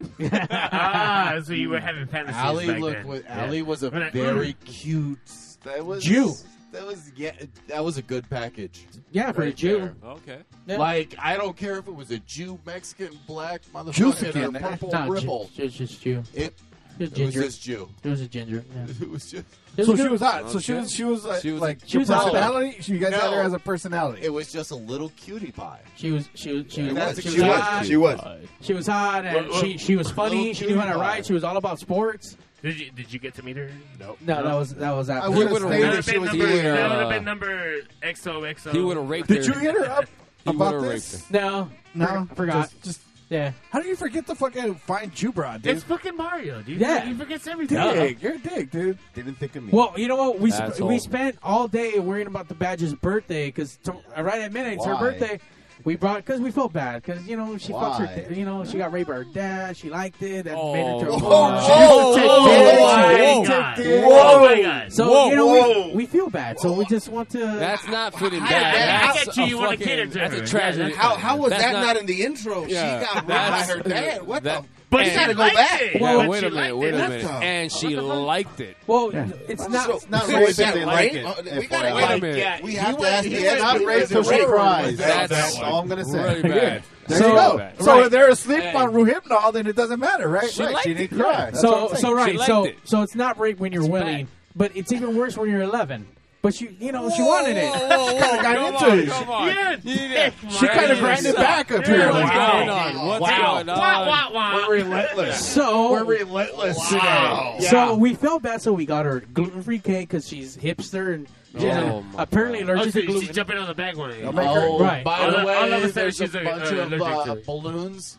ah, so you were having fantasies. Allie back looked then. with Yeah. Allie was a When I- very cute that was Jew. That was yeah that was a good package. yeah, for a Right Jew. there. Okay. Yeah. Like I don't care if it was a Jew, Mexican, black, again, motherfucker, or man. purple Nah, ripple. Just, just, just Jew. It, Just it was ginger. just Jew. It was a ginger. Yeah. It was just It So a she good- was hot. So she Okay. was. She was like. She was- like She was your hot. personality. You guys had No. her as a personality. it was just a little cutie pie. She was. She was. She was. It was. She was She hot. was. She was. She was hot, and Well, well, she she was funny. little She knew how to cutie pie. write. She was all about sports. Did you did you get to meet her? Nope. No, that was that was after. He would've That that would would've been have been, number- number- that that would've would've been number XOXO. He would have raped her. Did you hit her up He would about have raped this? her. No, no, forgot. Just, just yeah. How do you forget the fucking fine Jubra, dude? It's fucking Mario, dude. Yeah. He forgets everything. Dig, you're a dig, dude. Didn't think of me. Uh-huh. Well, you know what? We sp- Asshole. we spent all day worrying about the badger's birthday because to- uh, right at midnight it's her Why? birthday. We brought because we felt bad because you know she fucked her Why? da- you know she got raped by her dad she liked it that made her to a Oh, whore. whoa, She used to whoa, take whoa, dick. She whoa, She took whoa, dick. whoa. Oh my God. so Whoa, you know whoa. we, we feel bad so we just want to That's not fitting I- bad. I- I That's get you, a you wanna fucking- cater to That's her. a tragedy. Yeah, how- how was That's that not in the Oh, intro? She got raped by that's- her dad. What the- But and- she gotta go back. Yeah, Well, wait she a minute. liked Wait it. a What minute. the- And she liked it. Well, it's not. So- it's not so rape is if that they like rape? it, Uh, we gotta- FYI. Wait a wait a minute. minute. We He have to went- ask he the went expert. rape Is it till she rape or cries. was that- That's that all I'm gonna say. Really Yeah. bad. There So- you go. Right. So if Oh, they're asleep on Ruhimnol, then it doesn't matter, right? She right. liked she it, didn't yeah. cry. That's what So I'm saying. so right. She liked So it. so it's not rape when you're willing, but it's even worse when you're 11. But she, you know, she wanted it. whoa, whoa, she come kinda got on, into come it. on. Yeah, She kinda grinded back up here. What's Wow. going on? What's Wow. going on? Wah, wah, wah. We're relentless. So we're relentless today. So we felt bad, so we got her gluten free cake because she's hipster and she's Yeah. uh, apparently Oh, allergic so to gluten. she's jumping on the bag one. Don't make her- Oh, Right. By All the of- way, all of a sudden there's she's a bunch uh, of allergic uh, to it. balloons.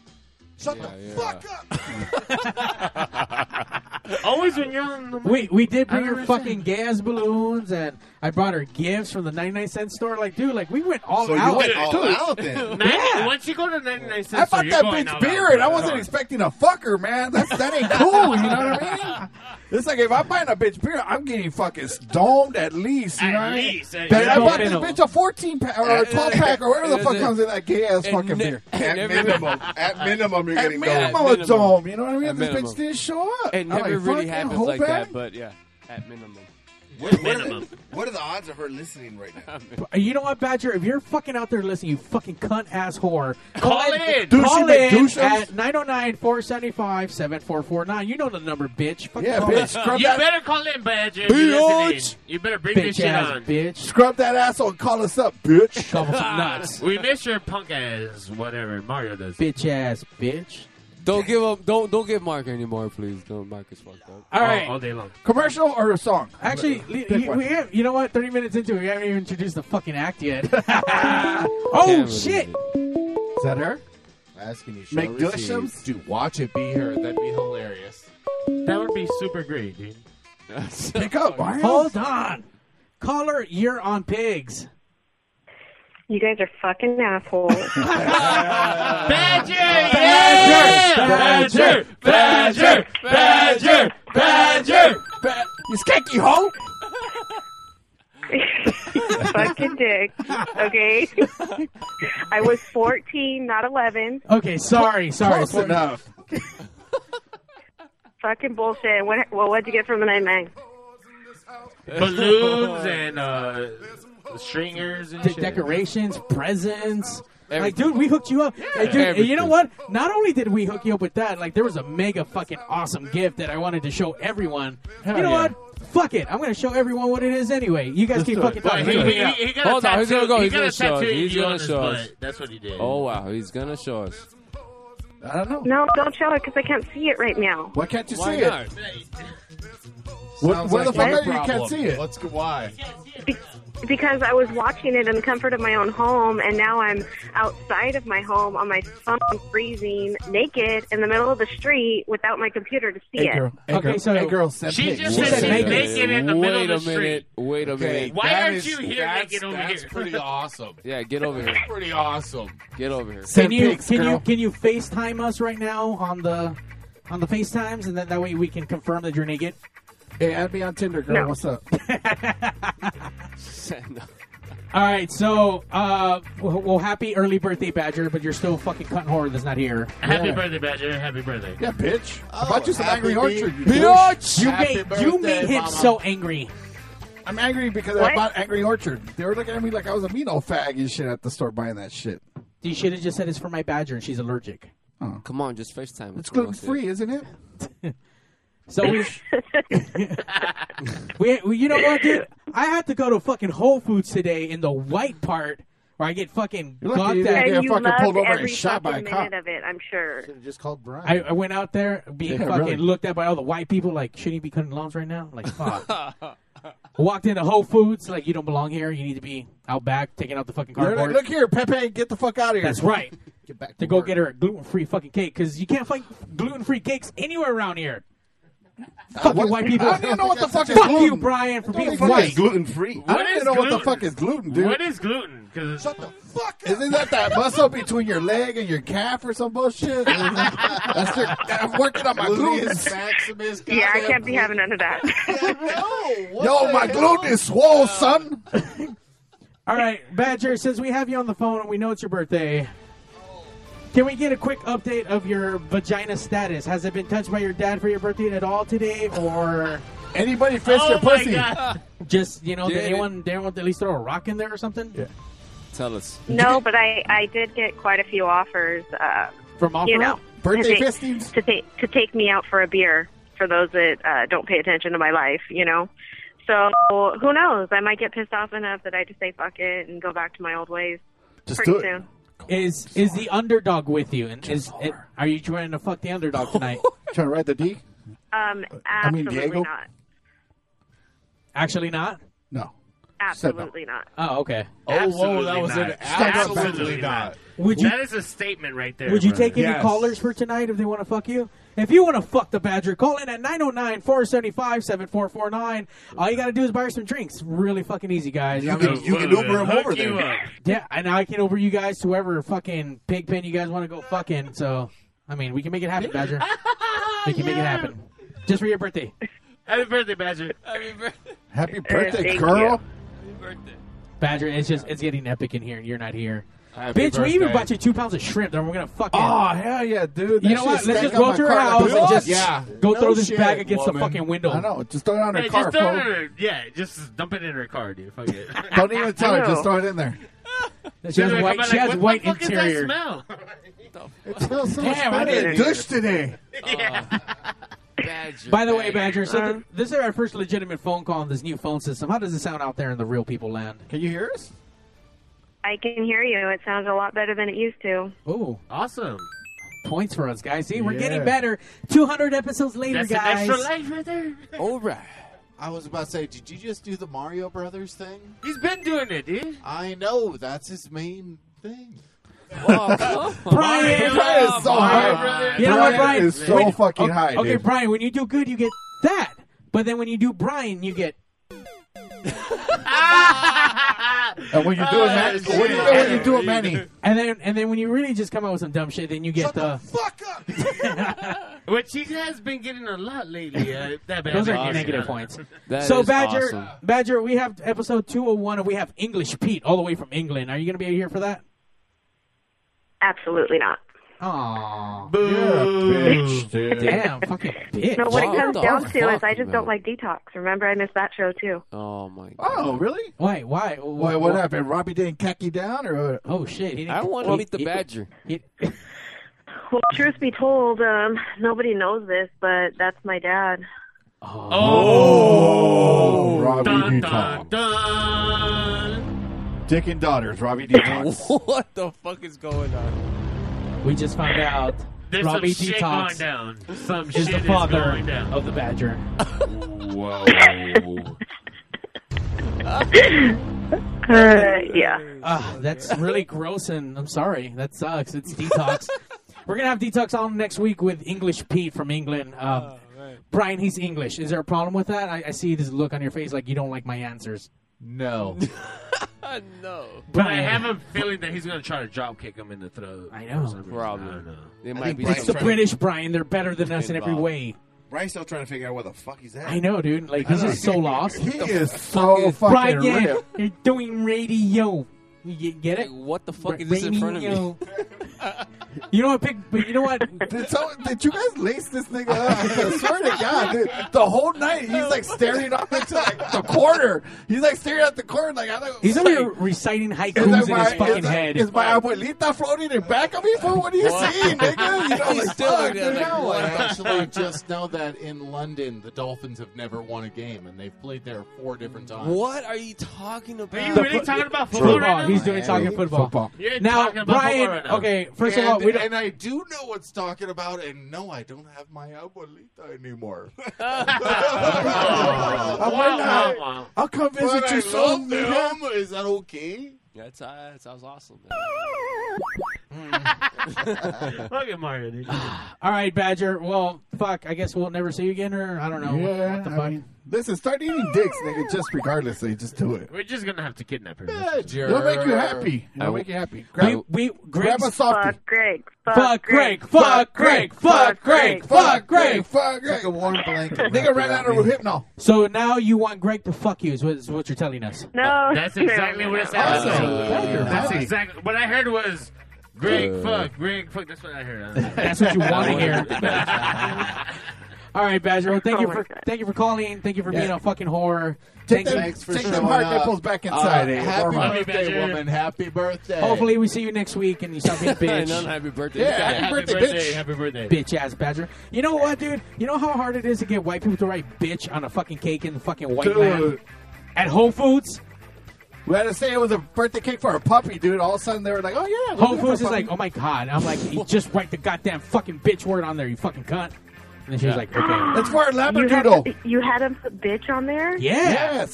Shut the fuck up. Always when you're on the We we did bring I her understand. fucking gas balloons, and I brought her gifts from the ninety nine cent store. Like, dude, like we went all So you out. went all Dude. out then. Ninety- Once you go to 99 cents, I bought you're that going bitch out beer, and I loud. wasn't expecting a fucker, man. That's, that ain't cool. You know what I mean? It's like if I'm buying a bitch beer, I'm getting fucking domed at least. You At know what I mean? least, at But I least. bought this bitch a 14 pack or a 12 pack or whatever the fuck comes in that gay ass fucking beer. At minimum, at minimum, you're At getting minimum, domed. a dome. You know what I mean? At this minimum. bitch didn't show up. It I'm never like, really fucking happens hoe like bag? that, but yeah, at minimum. What, what, are the, what are the odds of her listening right now? You know what, Badger? If you're fucking out there listening, you fucking cunt ass whore, Call in. Douchey Call in McDouchums. at 909-475-7449. You know the number, bitch. Fucking Yeah, call bitch, in. scrub You better call in, Badger. if you're Bitch. listening. You better bring Bitch this shit ass on. bitch. Scrub that asshole and call us up, bitch. we miss your punk ass, whatever Mario does. Bitch ass bitch. Don't give up. Don't don't give Mark anymore, please. Don't Mark is fucked up. All right. all day long. Commercial or a song? Actually, li- Pick you, one. we have, you know what? 30 minutes into it, we haven't even introduced the fucking act yet. oh, shit. Is that her? Asking you, Make McDushums? Dude, watch it be her. That'd be hilarious. That would be super great, dude. Pick up, Mario. Hold on. Caller, you're on pigs. You guys are fucking assholes. Badger! Badger! Badger! Badger! Badger! Badger! You skanky hoe! fucking dick. Okay? I was 14, not 11. Okay, sorry, sorry. Close enough. Fucking bullshit. What, well, what'd you get from the 99? Balloons and uh, stringers and De- shit. decorations, presents. Like, dude, we hooked you up. Like, dude, Everything. you know what? Not only did we hook you up with that, like, there was a mega fucking awesome gift that I wanted to show everyone. Hell you know yeah. what? Fuck it. I'm going to show everyone what it is anyway. You guys keep Oh. fucking Well, talking. he, he, he, he got Hold a on, tattoo. he's gonna go. He He's got gonna a show us. tattoo. He's you on gonna his show us. butt. That's what he did. Oh wow, he's gonna show us. I don't know. No, don't show it because I can't see it right now. Why can't you Why see not? it? What, Sounds where the like fuck your are you? You can't problem. see it. Let's go. Why? Because I was watching it in the comfort of my own home, and now I'm outside of my home on my phone, freezing, naked, in the middle of the street without my computer to see it. okay, so hey, girl, send She pics. just said she's naked in the middle of the street. Wait a minute. Why That aren't is- you here that's- naked over that's here? pretty awesome. Yeah, get over here. pretty awesome. Get over here. Can you pics, can you girl. can you FaceTime us right now on the on the FaceTimes, and then that way we can confirm that you're naked. Hey, add me on Tinder, girl. No. What's up? All right, so uh, well, well, happy early birthday, Badger, but you're still a fucking cunt whore that's not here. Happy birthday, Badger. Happy birthday. Yeah, bitch. Oh, I bought you some Oh, happy Angry Orchard. you Bitch, douche. you made you made him so angry. I'm angry because I bought Angry Orchard. They were looking at me like I was a mean old fag and shit at the store buying that shit. Oh. You should have just said it's for my Badger, and she's allergic. Come on, just FaceTime. It's gluten free, isn't it? So we, we, we- you know what, dude? I had to go to fucking Whole Foods today in the white part or I get fucking You're lucky gawked you didn't at. get and you fucking loved pulled over and every shot by fucking a cop. minute of it. I'm sure. Just called Brian. I, I went out there being Yeah, fucking really. looked at by all the white people like shouldn't you be cutting lawns right now? Like fuck. Walked into Whole Foods like you don't belong here. You need to be out back taking out the fucking They're like, cardboard. "Look here, Pepe, get the fuck out of here." That's right. Get back to go get her a gluten free fucking cake because you can't find gluten free cakes anywhere around here. Fucking white people. I don't even know what the fuck is Fuck you, gluten. Brian, for I don't being even know what white. is gluten-free. I don't even know what the fuck is gluten, dude. What is gluten? Because shut the fuck. Isn't that that muscle between your leg and your calf or some bullshit? That's your, I'm working on my glutes. Maximus. Yeah, I can't be having none of that. Yo, my glute is swole, son. All right, Badger, since we have you on the phone and we know it's your birthday, can we get a quick update of your vagina status? Has it been touched by your dad for your birthday at all today, or anybody fist Oh your pussy? Just you know, did Did it? anyone dare want to at least throw a rock in there or something? Yeah. Tell us. No, but I, I did get quite a few offers. Uh, From you OfferUp? know, Birthday to take, to take to take me out for a beer. For those that uh, don't pay attention to my life, you know. So who knows? I might get pissed off enough that I just say fuck it and go back to my old ways pretty soon. Is is the underdog with you? And is it, are you trying to fuck the underdog tonight? trying to ride the D? Um, I mean, absolutely Diego? not. Actually, not. No. Absolutely not. Oh, okay. Oh, whoa, that was an absolutely, not. Would you- that is a statement right there. Would you brother. take any callers for tonight if they want to fuck you? If you want to fuck the Badger, call in at 909-475-7449. All you got to do is buy her some drinks. Really fucking easy, guys. You can- you can Uber 'em Hook over you there. up. Yeah, and I can Uber you guys to wherever fucking pig pen you guys want to go fucking. So, I mean, we can make it happen, Badger. We can make it happen. Just for your birthday. Happy birthday, Badger. Happy birthday. Happy birthday, Thank girl. girl. you. Badger, it's just, it's getting epic in here and you're not here. Happy Bitch, we even birthday. bought you two pounds of shrimp that we're going to fucking. Oh hell yeah, dude! That You know what? shit Let's stank on just go my to her car. house and just Yeah. go No throw this shit, bag against the woman. fucking window. I know. Just throw it on her Yeah, car. just throw it folks. in her, yeah, just dump it in her car, dude. Fuck it. Don't even tell her. Just throw it in there. She has Come white, out she like, has what white the fuck Is that interior. smell? Damn, I did a douche today. By the way, Badger, so th- this is our first legitimate phone call on this new phone system. How does it sound out there in the real people land? Can you hear us? I can hear you. It sounds a lot better than it used to. Oh, awesome. Points for us, guys. See, we're Yeah. getting better. 200 episodes later, That's guys. an extra life right there. All right. I was about to say, did you just do the Mario Brothers thing? He's been doing it, dude. I know. That's his main thing. Oh, Brian, Brian is so Brian, high. You know what, Brian Brian is so When- fucking okay, high, Okay, dude. Brian, when you do good, you get that. But then when you do Brian, you get. And when you Oh, do it, Manny, what do you do when you do it, Manny? And then, and then when you really just come out with some dumb shit, then you get the. Which he Uh, has been getting a lot lately. Uh, that bad Those are Awesome. negative points. That so is Badger, awesome. Badger, we have episode 201 and we have English Pete all the way from England. Are you going to be here for that? Absolutely not. Aww. bitch, dude. Damn, fucking Oh, bitch. No, what it Wow. comes What the down to is fuck, I just man? don't like detox. Remember, I missed that show too. Oh my god. Oh, really? Why? Why? Why? What, what happened? Robbie didn't cack you down, or what? Oh shit! He I want to meet the badger. Well, truth be told, um, nobody knows this, but that's my dad. Oh, Robbie Dun, D. dun, Tom. dun. Dick and daughters, Robbie D. Tom. what the fuck is going on? We just found out There's Robbie some Detox shit going down. Some is shit the father is going down. of the Badger. Whoa. yeah. Ah, that's really gross, and I'm sorry. That sucks. It's detox. We're gonna have detox on next week with English Pete from England. Um, Oh, Brian, he's English. Is there a problem with that? I, I see this look on your face, like you don't like my answers. No. no. But I have a feeling that he's gonna try to drop kick him in the throat. I know. Probably. I don't know. It might be It's the Brian's British, Brian. They're better than us in every Involved. way. Brian's still trying to figure out where the fuck he's at. I know, dude. Like he's just so lost. He is so fucking Brian, ripped. you're doing radio. You get, get it? what the Bra- fuck is this in front of me? radio. You know what, Pig? But you know what? Did, so, did you guys lace this nigga up? I swear to God, dude, the whole night he's like staring up into like the corner. He's like staring at the corner, like I'm like, He's over here reciting is, haikus that in his my, fucking is, that- head. is my abuelita floating in back of me? For what are you seeing, nigga? You know, He's like, still fuck, like, dude. "No, I actually just know that in London, the Dolphins have never won a game, and they've played there four different times. What are you talking about? Are you really talking about football right now? He's doing talking football. You're Now, talking about Brian. football right now. okay, first and, of all, we don't. and I do know what's talking about, and no, I don't have my abuelita anymore. I'm right now. I'll come visit But you I soon, love them. nigga. Is that okay? That's, uh, that sounds awesome. Look at Mario, dude. All right, Badger. Well, fuck. I guess we'll never see you again, or I don't know. Yeah, what the I fuck? mean, listen, start eating dicks, nigga. Just regardless, so you just do it. We're just gonna have to kidnap her. It'll make you happy. It'll make you happy. Grab, we, we, grab a softie. Greg. Fuck Greg. Fuck Greg. Fuck Greg. Fuck Greg. Fuck Greg. warm blanket. Nigga ran out of Rohypnol. So now you want Greg to fuck you? Is what, is what you're telling us? No, That's exactly what it sounds like. Badger, That's happy. exactly what I heard was Greg Uh. fuck, Greg fuck. That's what I heard. That's what you want to hear. All right, Badger. Well, thank you for thank you for calling. Thank you for being a fucking whore. Take Thank you. them- Thanks for take them showing hard up. nipples back inside, eh? Warm up. happy birthday, woman. Happy birthday. Hopefully, we see you next week and you stop being a bitch. None, happy birthday. Yeah, happy Happy birthday, bitch. Happy birthday. Bitch ass badger. You know what, dude? You know how hard it is to get white people to write bitch on a fucking cake in the fucking white land? Dude. At Whole Foods? We had to say it was a birthday cake for a puppy, dude. All of a sudden, they were like, "Oh yeah." we'll Whole do it for Foods a is like, puppy. oh my god. I'm like, you just write the goddamn fucking bitch word on there, you fucking cunt. And then she was Yeah. like, okay. "It's for a You had, labradoodle." to, you had him put bitch on there? Yeah.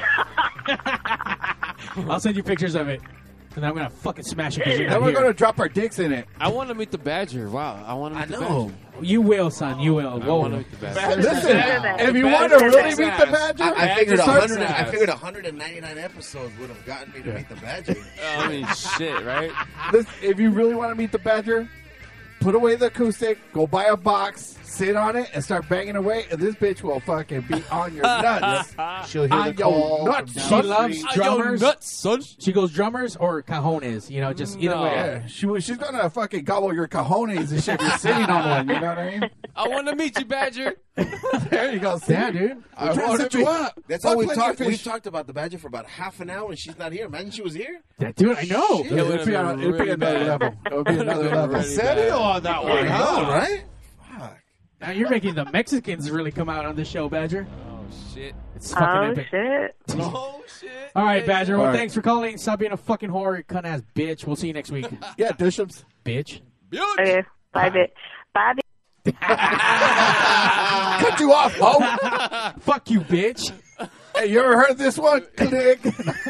I'll send you pictures of it. And then I'm gonna fucking smash it. 'cause you're not Then we're here. gonna drop our dicks in it. I want to meet the Badger. Wow, I want to meet the Badger. You will, son. You will. Whoa. wanna meet the Badger. Listen, if you want to really meet the badger, I, I figured badger starts 100. I ass. figured 199 episodes would have gotten me to meet the badger. Oh, I mean, shit, right? Listen, if you really want to meet the badger, put away the acoustic, go buy a box, sit on it, and start banging away, and this bitch will fucking be on your nuts. She'll on hear the your call. nuts. She son. loves On your drummers. nuts. She goes drummers or cajones. You know, just either No. way. Yeah, she was, she's gonna fucking gobble your cojones and shit. if You're sitting on one. You know what I mean? I want to meet you, Badger. There you go. see? Yeah, dude. I'm trying to wanna set you meet- up. That's Fuck all we plenty talked. of We fish. talked about the badger for about half an hour, and she's not here. Imagine she was here. Yeah, dude, I know. It would be, on, it'd be another level. It would be another level. Serio on that one, huh? right? Now you're making the Mexicans really come out on this show, Badger. Oh shit. It's fucking Oh, epic. shit. Oh shit. All right, Badger. Well, All right. thanks for calling. Stop being a fucking whore, you cunt ass bitch. We'll see you next week, Yeah, Bishops. bitch. Okay. Bye, bitch. Bye, bitch. Cut you off, Mo. Fuck you, bitch. hey, you ever heard this one? Click.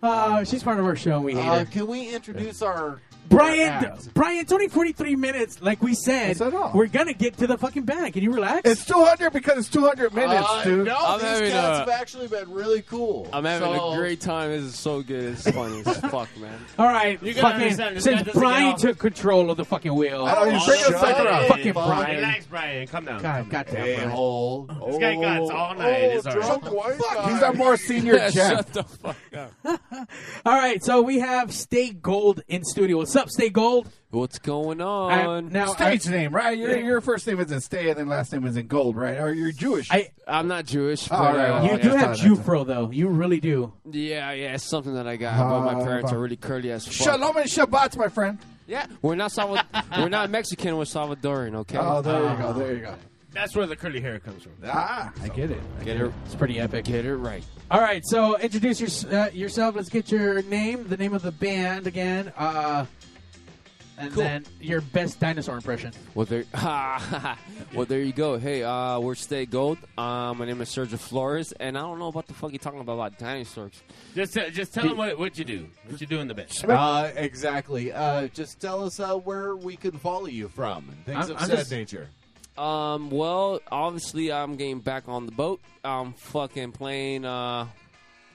Uh, she's part of our show. and We hate Uh, her. can we introduce our Brian, ads? Brian, it's only 43 minutes. Like we said, That's not all. we're going to get to the fucking bag. Can you relax? It's 200 because it's 200 minutes, Uh, dude. No, I'm these having cats a- have actually been really cool. I'm having So, a great time. This is so good. It's funny as fuck, man. all right. You gotta Fucking, understand, this guy since doesn't get Brian off. took control of the fucking wheel. I don't even bring shut us back up. around. fucking Fuck. Brian. Relax, Brian. Come down. God, goddamn Brian. Asshole. This guy got us all night. Oh, It's all right. Fuck, he's our more senior Yeah, Jeff. shut the fuck up. All right, so we have Stay Gold in studio. What's up, Stay Gold? What's going I- on? now, I, Stage name, right? Your, your first name is in stay and then last name is in gold, right? Or you're Jewish. I- I'm not Jewish. all but, right, uh, well, you yeah, do that's have fine, that's Jufro though. You really do. Yeah, yeah, it's something that I got. but my Uh, parents fuck. are really curly as fuck. Shalom and Shabbat, my friend. Yeah, we're not Salva- we're not Mexican. We're Salvadoran. Okay. Ah. Oh, there you go. There you go. That's where the curly hair comes from. Ah, I get it. get it, It's pretty epic. get it right. All right, so introduce your, uh, yourself. Let's get your name, the name of the band again, uh, and then your best dinosaur impression. Well, there, well, there you go. Hey, uh, we're Stay Gold. Uh, my name is Sergio Flores, and I don't know what the fuck you talking about about dinosaurs. Just, uh, just tell him what, what you do. What you do in the bed. Uh, exactly. Uh, just tell us uh, where we can follow you from and things I'm- of I'm that just- nature. Um, well, obviously, I'm getting back on the boat. I'm fucking playing. Uh,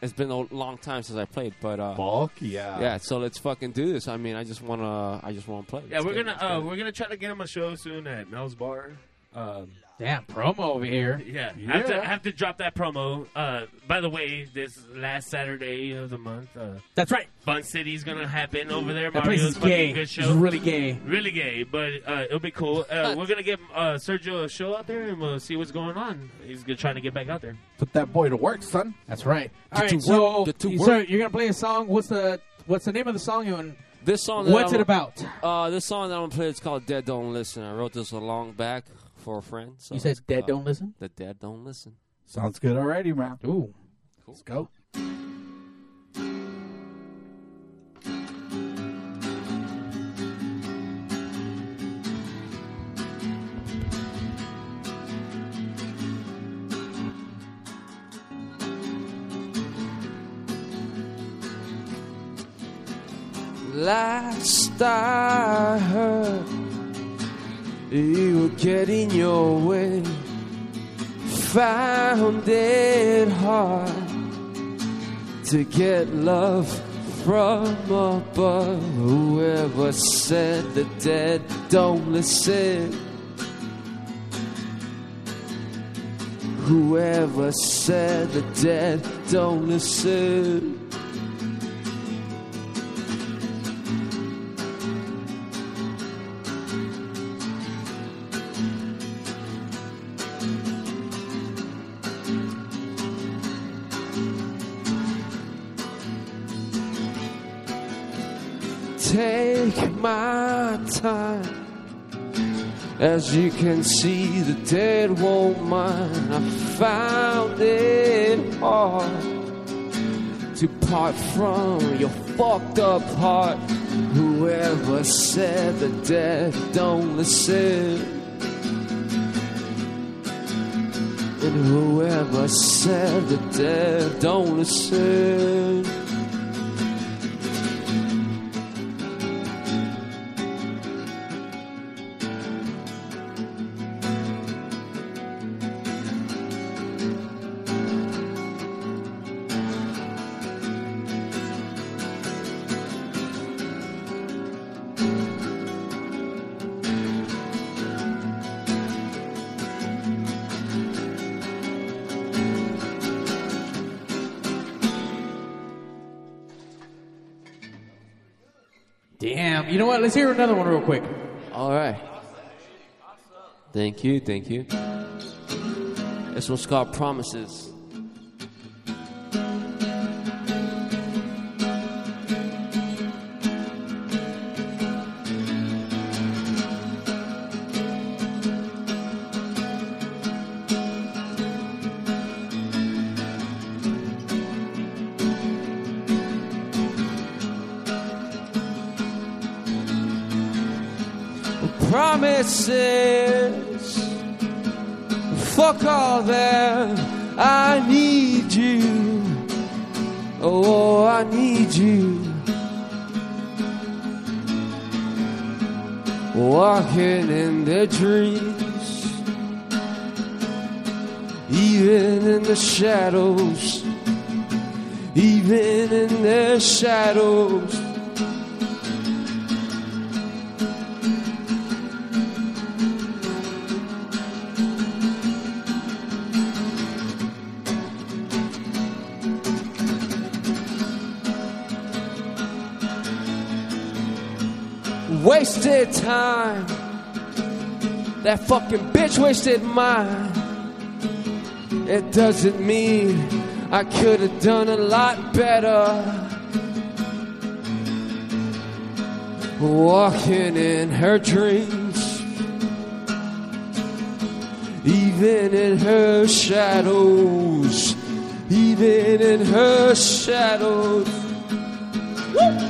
it's been a long time since I played, but uh, Fuck yeah. yeah. So let's fucking do this. I mean, I just wanna, I just wanna play. Yeah, Let's we're get gonna it, let's get uh, it. we're gonna try to get him a show soon at Mel's Bar. Um, Damn, promo over here. Yeah, I have to, I have to drop that promo. Uh, by the way, this last Saturday of the month. Uh, That's right. Fun City's gonna happen over there. That place Mario's is fucking gay. Good show. It's really gay. Really gay, but uh, it'll be cool. Uh, we're gonna get uh, Sergio a show out there, and we'll see what's going on. He's gonna trying to get back out there. Put that boy to work, son. That's right. All right, so, so you're gonna play a song. What's the what's the name of the song? And this song. that What's it I'm- about? Uh, this song that I'm gonna play is called "Dead Don't Listen." I wrote this a long back for a friend. So You said it's, Dead uh, Don't Listen? The dead don't listen. Sounds good already, man. Ooh. Let's go. Last I heard, you were getting your way. Found it hard to get love from above. Whoever said the dead don't listen. Whoever said the dead don't listen. take my time. As you can see, the dead won't mind. I found it hard to part from your fucked up heart. Whoever said the dead don't listen. And whoever said the dead don't listen. Damn. You know what? Let's hear another one real quick. All right. Thank you, thank you. This one's called Promises. promises. Fuck all that. I need you. Oh, I need you. Walking in the dreams, even in the shadows, even in the shadows. wasted time. That fucking bitch wasted mine. It doesn't mean I could have done a lot better. Walking in her dreams, even in her shadows, even in her shadows. Woo!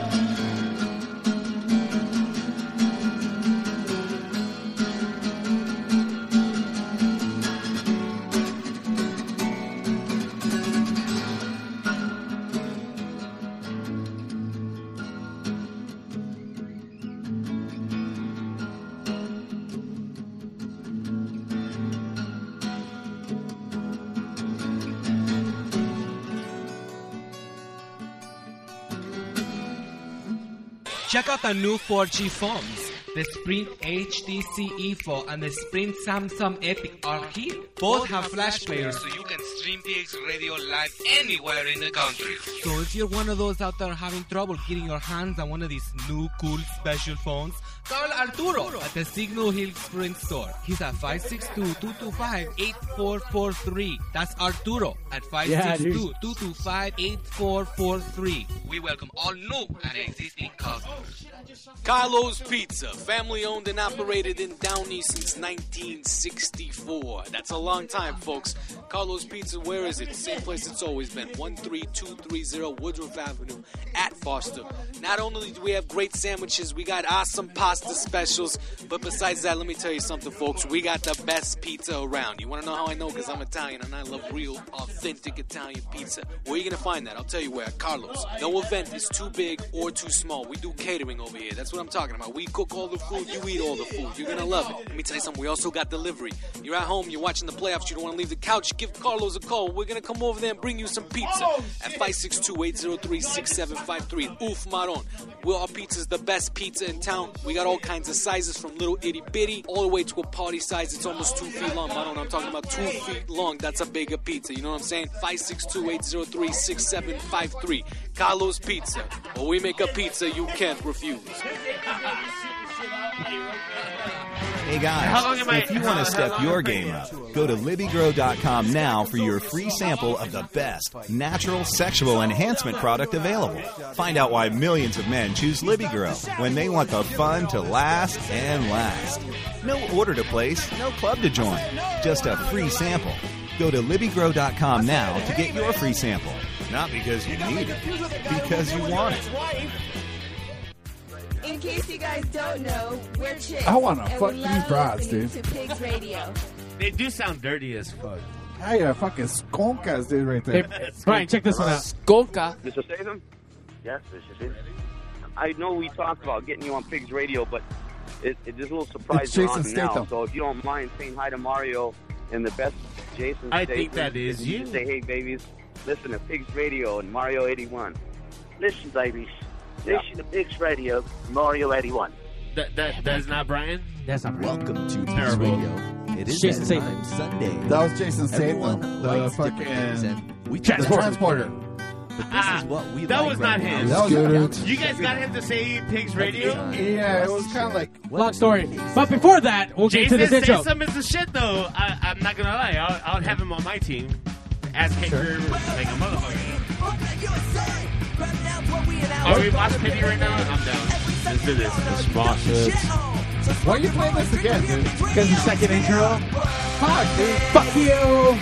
Check out the new 4G phones. The Sprint HTC E4 E and the Sprint Samsung Epic are here. Both have flash players, so you can stream PX Radio live anywhere in the country. So if you're one of those out there having trouble getting your hands on one of these new cool special phones, call Arturo at the Signal Hill Sprint store. He's at 562-225-8443. That's Arturo at Yeah, 562-225-8443. We welcome all new and existing customers. Carlos Pizza, family owned and operated in Downey since 1964. That's a long time, folks. Carlos Pizza, where is it? Same place it's always been 13230 Woodruff Avenue at Foster. Not only do we have great sandwiches, we got awesome pasta specials, but besides that, let me tell you something, folks. We got the best pizza around. You want to know how I know? Because I'm Italian and I love real, authentic Italian pizza. Where you going to find that? I'll tell you where. Carlos. No event is too big or too small. We do catering over here. That's what I'm talking about. We cook all the food, you eat all the food. You're going to love it. Let me tell you something. We also got delivery. You're at home, you're watching the playoffs, you don't want to leave the couch. Give Carlos a call. We're going to come over there and bring you some pizza at 562 803 6753. Oof Maron. Well, our pizza's the best pizza in town. We got all kinds of sizes from little itty bitty all the way to a party size. It's almost two feet long. I don't know. I'm talking about two feet long. That's a bigger pizza. You know what I'm saying? 562 803 6753. Carlos Pizza. When we make a pizza you can't refuse. Hey guys, How long am I- if you how- want how to step long your am I- game up, go to LibbyGrow.com now for your free sample of the best natural sexual enhancement product available. Find out why millions of men choose Libby Grow when they want the fun to last and last. No order to place, no club to join, just a free sample. Go to LibbyGrow.com now to get your free sample. Not because you need it, because you want it. In case you guys don't know, we're chicks. I wanna and we fuck love these broads, listening dude. To Pigs Radio. They do sound dirty as fuck. I got a uh, fucking skonkas, dude, right there. Hey, Brian, check this one out. Skonka. Mr. Statham? Yes, Mr. Statham. I know we talked about getting you on Pigs Radio, but it, it is a little surprise It's you're Jason on now. Statham. So if you don't mind saying hi to Mario and the best Jason I Statham, think that is if you. just Say, hey, babies, listen to Pigs Radio and Mario 81. Listen, babies, listen to Pigs Radio, Mario 81. That, that, that's not Brian? That's not Welcome to Terrible. It is Jason that Statham. time, Sunday. That was Jason Statham, the fucking we the transporter. Ah, that was not him. That was good. You guys got him to say Pigs Radio? Yeah, it was kind of like Long story. But before that, we'll Jason get to this intro. Statham is the shit, though. I, I'm not gonna lie. I'll, I'll have him on my team as kicker, like a motherfucker. Are we boss pity right now? I'm down. Let's do this. Why are you playing this again, dude? Because the second intro. Fuck, dude. Fuck you.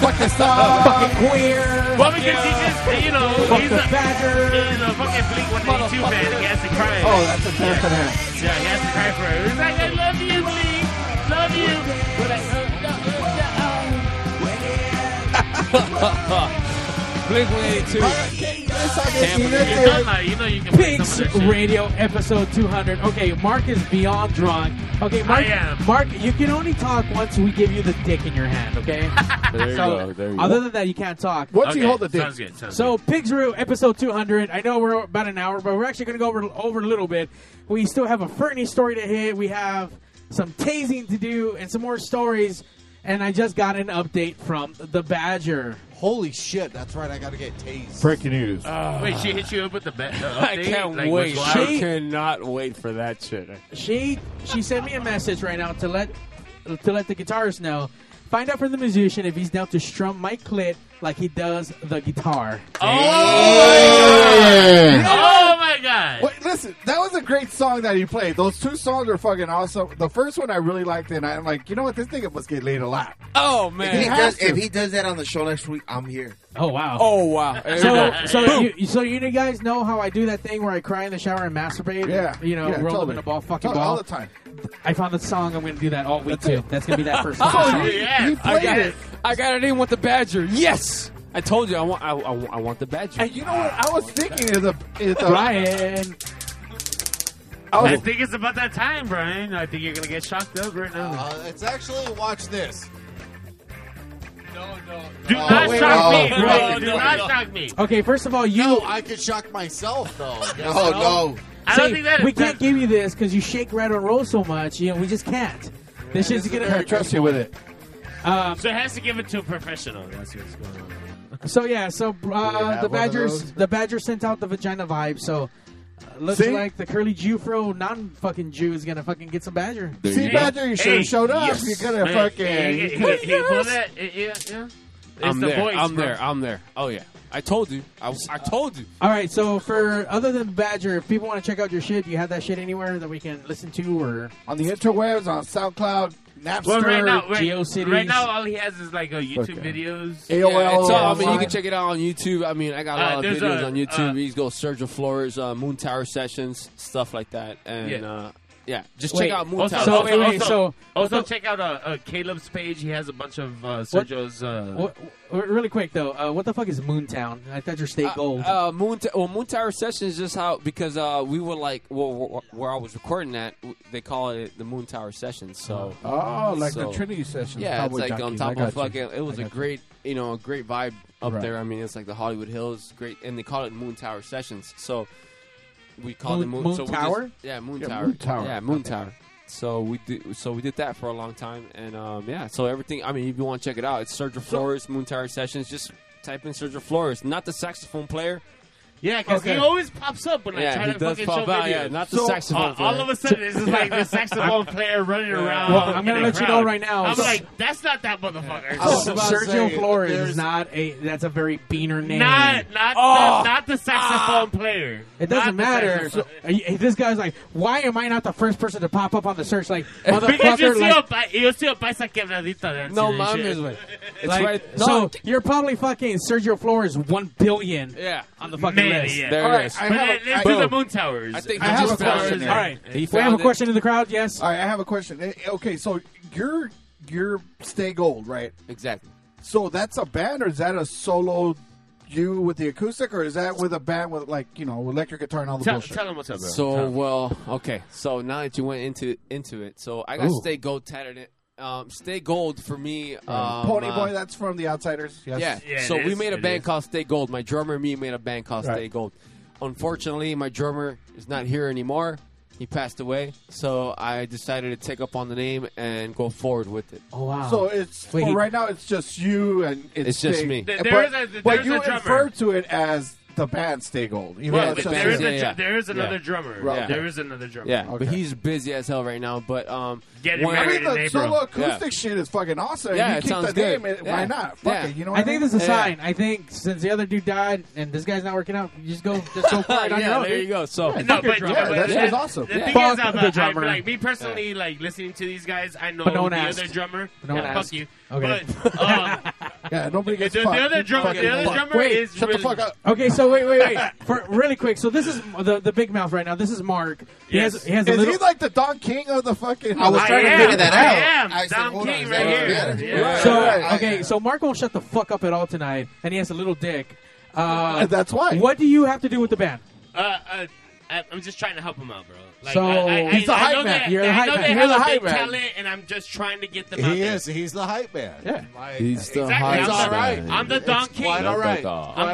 Fuck the song. Fucking queer. Well, because he just, you know, Fuck he's the a He's a fucking Blink 182 fan. He has to cry. Oh, that's a fan for him. Yeah, he has to cry for it. He's like, I love you, Blink. Love you. We're like, uh, Blink 182. Pigs Radio episode 200. Okay, Mark is beyond drunk. Okay, Mark, I am. Mark, you can only talk once we give you the dick in your hand, okay? There you so, go, there you other go. than that, you can't talk. Once you Okay, hold the dick. sounds good, sounds so, Pigs Radio episode 200. I know we're about an hour, but we're actually going to go over, over a little bit. We still have a Fernie story to hit. We have some tasing to do and some more stories. And I just got an update from the Badger. Holy shit, that's right. I got to get tased. Breaking news. Uh, Wait, she hit you up with the bet. the I update? can't Like, wait. what's going on? She- Cannot wait for that shit. She she sent me a message right now to let to let the guitarist know. Find out from the musician if he's down to strum my clit like he does the guitar. Oh my god! Wait, listen, that was a great song that he played. Those two songs are fucking awesome. The first one I really liked, and I'm like, you know what? This nigga must get laid a lot. Oh man. If he, He has does, to. if he does that on the show next week, I'm here. Oh wow! Oh wow! So so you, so you guys know how I do that thing where I cry in the shower and masturbate. Yeah, you know, yeah, roll up totally. in a ball, fucking Totally, ball all the time. I found the song. I'm going to do that all week too. That's going to be that first. Oh, song. yeah. I got it. I got it in with the Badger. Yes. I told you I want. I, I, I want the Badger. And you know what? I was thinking is a is a Brian. I think it's about that time, Brian. I think you're gonna get shocked up right now. Uh, It's actually watch this. Do Oh, not wait, shock no, me, no, bro. no, Do no, not no. shock me. Okay, first of all, you. Oh, Oh, No, I could shock myself though. No, no. I don't Say, think that we is- can't give you this because you shake, rattle, and roll so much. You know, we just can't. This shit's gonna hurt. it. Um, so it has to give it to a professional. That's what's going on. So yeah, so uh, have the one of Badgers, those? the Badger sent out the vagina vibe. So uh, looks See? like the curly Jew fro non fucking Jew is gonna fucking get some Badger. There See, you go. Badger, you should've showed up. You could've Hey, fucking- hey, hey, you hey, could've hey, pull asked. that. eh, Yeah, yeah. I'm the there. voice, I'm bro. there. I'm there. Oh yeah. I told you. I, was- I told you. All right, so for other than Badger, if people want to check out your shit, do you have that shit anywhere that we can listen to or on the interwebs on SoundCloud, Napster, Well, right now, right, GeoCities. right now, all he has is like a YouTube Okay. videos. Yeah, it's all- I mean, you can check it out on YouTube. I mean, I got a Uh, lot of there's videos a- uh, on YouTube. you can go Sergio Flores, uh, Moon Tower Sessions, stuff like that, and Yeah. yeah, uh, yeah just Wait, check out Moon also, Tower. also, Sessions. also, also check out uh, uh, Caleb's page. He has a bunch of uh, Sergio's. Uh, What, what- really quick though, uh, what the fuck is Moontown? I thought your state gold. Uh, Moon, t- well, Moon Tower Sessions is just how because uh, we were like well, where, where I was recording that w- they call it the Moon Tower Sessions. So Oh, like so- the Trinity Sessions, Yeah, it's Cowboy like on Junkies. I top got of fucking. you. It was I a got you. great you know a great vibe up Right. there. I mean, it's like the Hollywood Hills, great, and they call it Moon Tower Sessions. So we called it Moon- Moon, Moon so we Tower? just- yeah, Moon Yeah, Tower. Moon Tower. Yeah, Moon Okay. Tower. So we did. So we did that for a long time, and um, yeah. So everything. I mean, if you want to check it out, it's Sergio Flores Moon Tower Sessions. Just type in Sergio Flores, not the saxophone player. Yeah, because he always pops up when I Yeah, try he to does fucking pop show out, videos. yeah, not the saxophone all- player. All of a sudden, this is like the saxophone player running around. Well, I'm gonna in the let you crowd. know right now. I'm So- like, that's not that motherfucker. Oh, Sergio Flores is not a. That's a very beaner name. Not, not, the, Oh. not the saxophone Ah. player. It Not doesn't the matter. saxophone- So, uh, y- this guy's like, why am I not the first person to pop up on the search? Like, Because yo motherfucker, sí like, o pa- yo sí o paisa quebradita de No accident mames, shit. güey. It's like, right- So No. you're probably fucking Sergio Flores one billion. Yeah, on the fucking Maybe, list. yeah. There it is. But let- let's do the Moon Towers. I think I he have just a found question. it. All All right. right, He we have found a it. question in the crowd. Yes. All right, I have a question. Eh, Okay, so you're you're Stay Gold, right? Exactly. So that's a band, or is that a solo? You with the acoustic, or is that with a band with like you know electric guitar and all the bullshit? So well, okay. So now that you went into into it, so I got Ooh. Stay Gold tatted. It. Um, Stay Gold for me. Um, Pony uh, Boy, that's from the Outsiders. Yes. Yeah. so we made a band called Stay Gold. My drummer and me made a band called Right. Stay Gold. Unfortunately, my drummer is not here anymore. He passed away. So I decided to take up on the name and go forward with it. Oh wow! So it's Wait, for he- right now. It's just you and it's, It's just Stig. me. There- But, there is a- there but is you a drummer. refer to it as the band Stay Gold. even Yeah, though the it's just band, you. yeah, yeah. there is another Yeah. drummer. Right. There is another drummer. Yeah, Okay. but he's busy as hell right now. But um, Getting when- I mean, the solo acoustic shit is fucking awesome. Yeah, you it keep sounds the good. name. it- Yeah. Why not? Fuck Yeah. it. You know I what I think mean? this is a Yeah. sign. I think since the other dude died and this guy's not working out, you just go, just go for it on Yeah, your own. there dude. you go. So- Yeah, No, fuck your but, drummer. yeah, but the- The thing Fuck is, I'm, the a- I, drummer. like me personally, like listening to these guys, I know But no one the asked. other drummer. No one yeah, asked. fuck you. Okay. But, um, yeah, nobody gets the, the fucked. other You drummer, fucking the other fuck. drummer Wait, is shut the really, fuck up. Okay, so wait, wait, wait. For really quick, so this is the the big mouth right now. This is Mark. He has he has a is little. he like the Don King of the fucking? I was I trying to am, figure that I out. am. I said, Don hold King on, right is that here. a- Yeah. Right, So right. okay, so Mark won't shut the fuck up at all tonight, and he has a little dick. Uh, That's why. What do you have to do with the band? uh, uh, I- I'm just trying to help him out, bro. Like, So- I, I, I, He's the I hype know man. They, You're the I hype know man. They You're have the a hype big man. Talent, and I'm just trying to get them out He there. is. He's the hype man. Yeah. He's the Exactly. It's I'm all the- right. I'm the It's Don King. quite all right. Quite I'm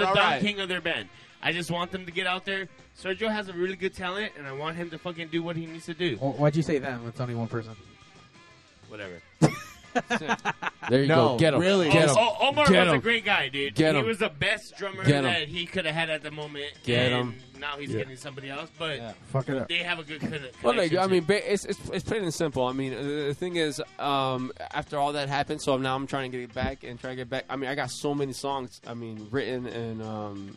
the all Don right. King of their band. I just want them to get out there. Sergio has a really good talent, and I want him to fucking do what he needs to do. Wh- Why'd you say that? when It's only one person. Whatever. There you go. Get him. Oh, Get him. oh, Omar Get was a him. great guy, dude. Get he him. was the best drummer Get him. that he could have had at the moment. Get and him. Now he's Yeah. getting somebody else, but Fuck it up. they have a good con- connection. Well, like, I to- mean, ba- it's, it's it's plain and simple. I mean, uh, the thing is, um, after all that happened, so now I'm trying to get it back and try to get back. I mean, I got so many songs. I mean, written and um,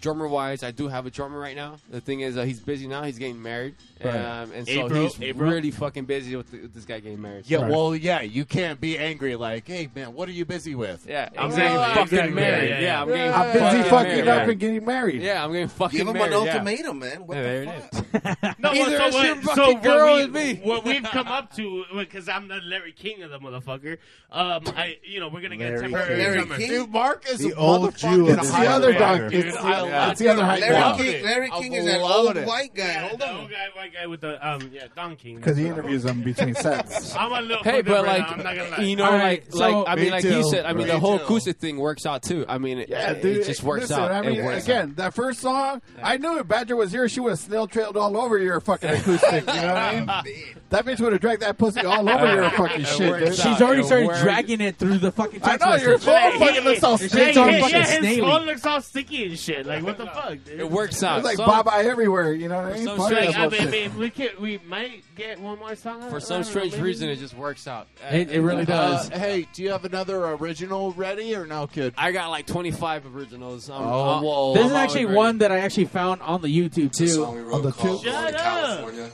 drummer wise, I do have a drummer right now. The thing is, uh, he's busy now. He's getting married, Right. um, and so Hey, bro. he's Hey, bro. really fucking busy with, the, with this guy getting married. Yeah, So- well, yeah, you can't be angry like, hey, man, what are you busy with? Yeah, I'm getting fucking married. Yeah, I'm getting. I'm busy fucking fucking married. up and getting married. Yeah, I'm getting fucking. Give him an married, yeah. ultimatum, man. What Yeah, the there fuck? it No, Either well, it's so your what, fucking so what girl we, or me. what we've come up to, because I'm the Larry King of the motherfucker. Um, I, you know, we're gonna get a Larry temporary King. Larry drummer. King? Dude, Mark is The a old Jew of It's the other Don. It's I Yeah. It's the other hype Larry guy. King, Larry I King is that love old it. white guy. Yeah, Hold the on. old guy, white guy with the um, yeah, Don King. Because he interviews them between sets. I'm a little Hey, fucked but up right now, I'm not gonna like lie. you know, like like I mean, like he said, I mean, the whole acoustic thing works out too. I mean, it, Yeah, it dude, just works listen, out. I mean, it works again, that first song, I knew if Badger was here, she would have snail trailed all over your fucking acoustic. you know what I mean? That bitch would have dragged that pussy all Uh, over your fucking shit. dude. She's already started dragging it through the fucking. I Text know, your message. phone fucking looks all Your sticky. shit's all Yeah, fucking yeah, his snaily. His phone looks all sticky and shit. Like what the fuck? Dude? It works It's like Some- Baba everywhere. You know what I mean? some Fuck shit- that I mean, I bullshit. mean, we can we might get one more song. out out. of it, For I some don't know, strange maybe. reason, it just works out. It- it really does. Uh, hey, do you have another original ready or no, kid? I got like 25 originals. I'm, Oh, I'm- whoa, This I'm is actually already- one that I actually found on the YouTube It's a too. song we wrote called Lonely up. California.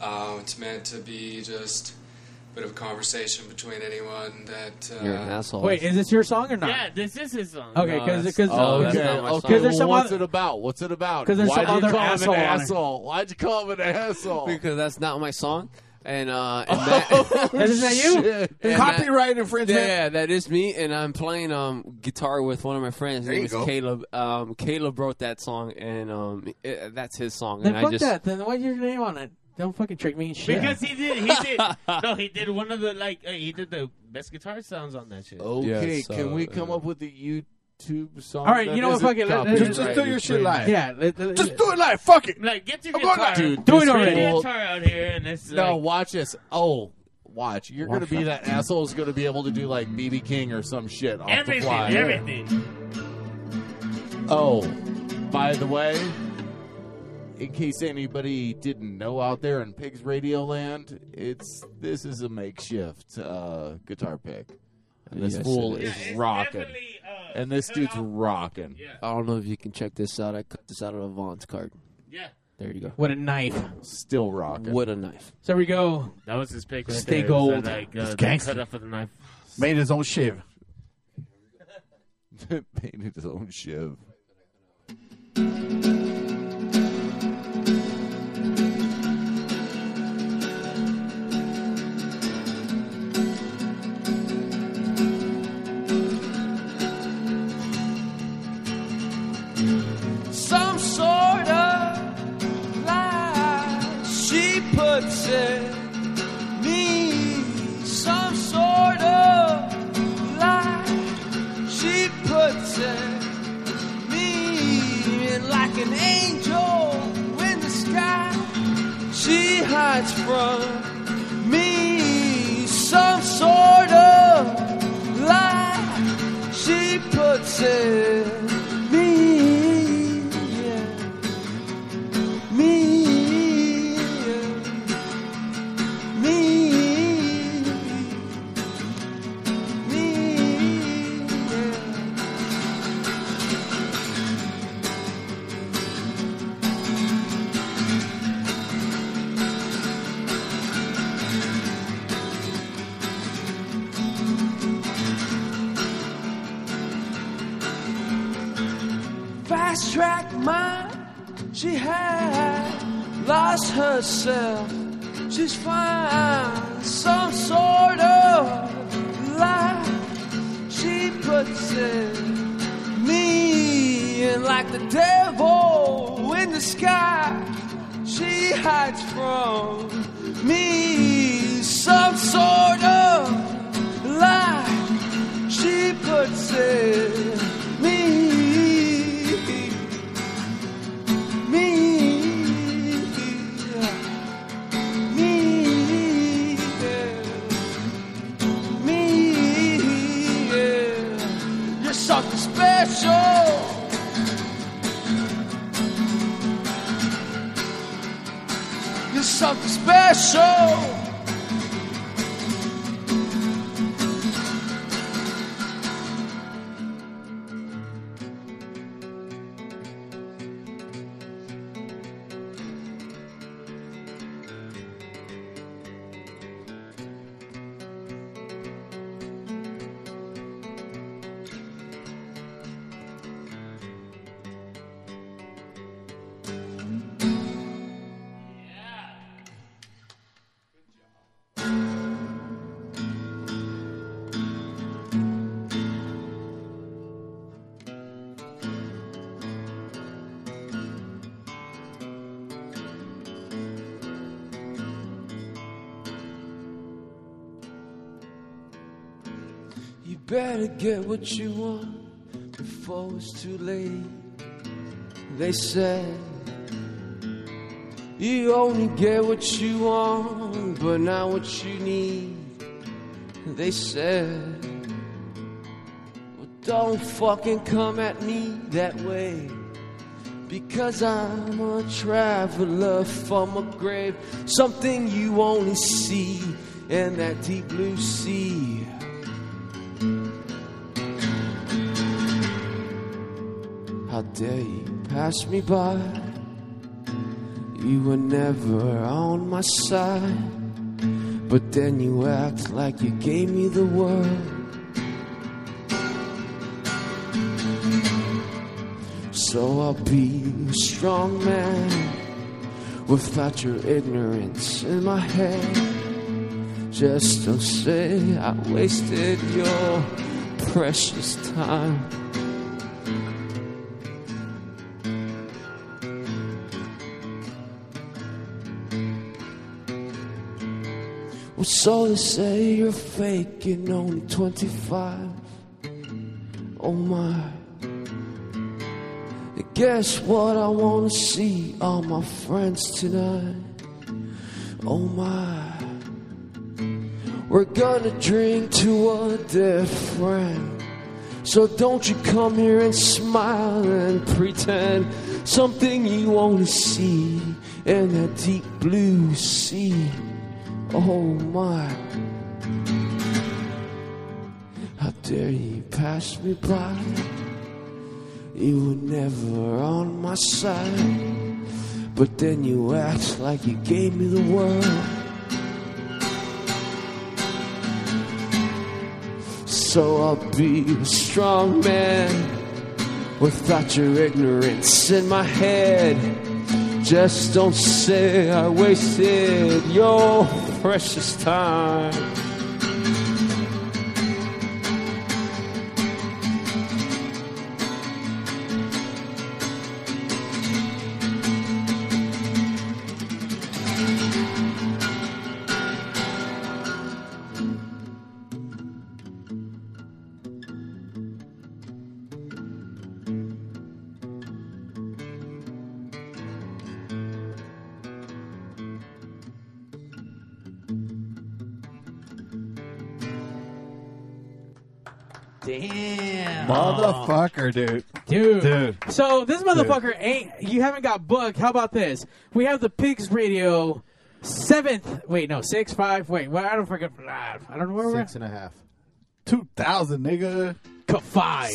Uh, it's meant to be just a bit of a conversation between anyone that. Uh, You're an asshole. Wait, is this your song or not? Yeah, this is his song. Okay, because because Oh, okay. okay. there's some what's other it about? What's it about? 'Cause there's Why'd some you other call him asshole An on it. asshole? Why'd you call him an asshole? because that's not my song. And uh, and that, Isn't that you? And that- Copyright infringement. Yeah, that is me, and I'm playing um guitar with one of my friends. His There name you is go. Caleb. Um, Caleb wrote that song, and um, it, that's his song. Then and fuck I just that. Then why's your name on it? Don't fucking trick me and shit. Because he did, he did. no, he did one of the like uh, he did the best guitar sounds on that shit. Okay, Yeah, so, can we come up with a YouTube song? All right, that you know what? isn't Fuck it. Let- copyright let- Just- just do your shit live. infringement? Yeah, let- let- just do it live. Fuck it. Like, get your I'm going guitar. live. Dude, Do it just already. get your guitar out here and it's no, like- watch this. Oh, watch. You're gonna be that asshole who's gonna be able to do like BB King or some shit. Off the Everything, fly. everything. Oh, by the way, in case anybody didn't know out there in Pigs Radio Land, it's this is a makeshift uh, guitar pick. And this Yes, fool it is is. Yeah, it's rocking. and this dude's rocking. I don't know if you can check this out. I cut this out of a Vaughn's card. Yeah. There you go. What a knife. Still rocking. What a knife. So we go. That was his pick. Right Stay there. It was gold. That, like, uh, It's the gangster. Cut off with a knife. Made his own shiv. uh, Painted his own shiv. some sort of lie. She puts it me some sort of lie. She puts it me in like an angel in the sky. She hides from me some sort of lie. She puts it me. yeah. Me, yeah. me, me. yeah. fast track mind. She had lost herself. She's found some sort of life. She puts it me in like the devil in the sky. She hides from me some sort of life. She puts it me, me, me, yeah. me. yeah. You're something special. You're something special. You better get what you want before it's too late. They said you only get what you want, but not what you need. They said, well, don't fucking come at me that way. Because I'm a traveler from a grave, something you only see in that deep blue sea. How dare you pass me by? You were never on my side, but then you act like you gave me the world. So I'll be a strong man without your ignorance in my head. Just don't say I wasted your precious time. Well, so they say you're faking only 25. Oh my. And guess what? I wanna see all my friends tonight. Oh my. We're gonna drink to a different. So don't you come here and smile and pretend something you only see in that deep blue sea. Oh my. How dare you pass me by? You were never on my side. But then you act like you gave me the world. So I'll be a strong man without your ignorance in my head. Just don't say I wasted your precious time. Damn. Motherfucker, dude. Dude. Dude. So this motherfucker ain't. You haven't got booked. How about this? We have the Pigs Radio seventh. Wait, no, six five. Wait, well, I don't forget. I don't know where Six and a half. 2,000, nigga. Five.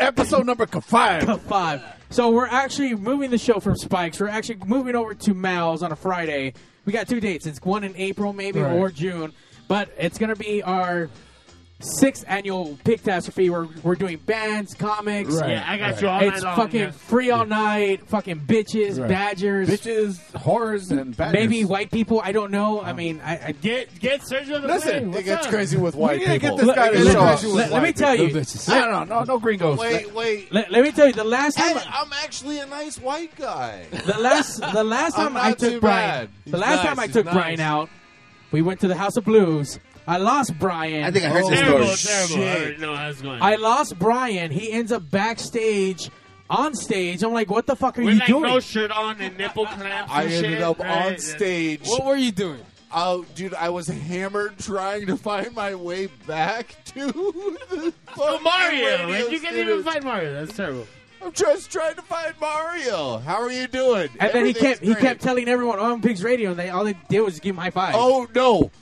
episode number five. Five. So we're actually moving the show from Spikes. We're actually moving over to Mal's on a Friday. We got two dates. It's one in April, maybe Right. or June, but it's gonna be our. Sixth annual Pigtastrophe. We're we're doing bands, comics. Right, Yeah, I got right. you all night It's long, fucking yeah. free all night. Fucking bitches, Right. badgers, bitches, whores, and badgers. maybe white people. I don't know. I mean, I, I get get Sergio. the Listen, plane. it What's gets up? crazy with white We gotta get people. this guy to show let, us. let- let me White tell people. you. Bitches. No, no, no, no gringos. Wait, wait. Let, let me tell you. The last time. And I'm actually a nice white guy. The last the last I'm time not I too took Brian bad. the He's last nice, time I he's took nice. Brian out, we went to the House of Blues. I lost Brian. I think I heard this Terrible, story. terrible. I already know how it's going. I lost Brian. He ends up backstage, on stage. I'm like, what the fuck are With you like doing? no shirt on and nipple clamps. I and ended shit, up right? on stage. What were you doing? Oh, dude, I was hammered trying to find my way back to Oh, the fucking Mario, radio man, you can't station. even fight Mario. That's terrible. I'm just trying to find Mario. How are you doing? And then he Everything's kept he great. kept telling everyone oh, I'm Pigs Radio, and they all they did was give him high five. Oh no,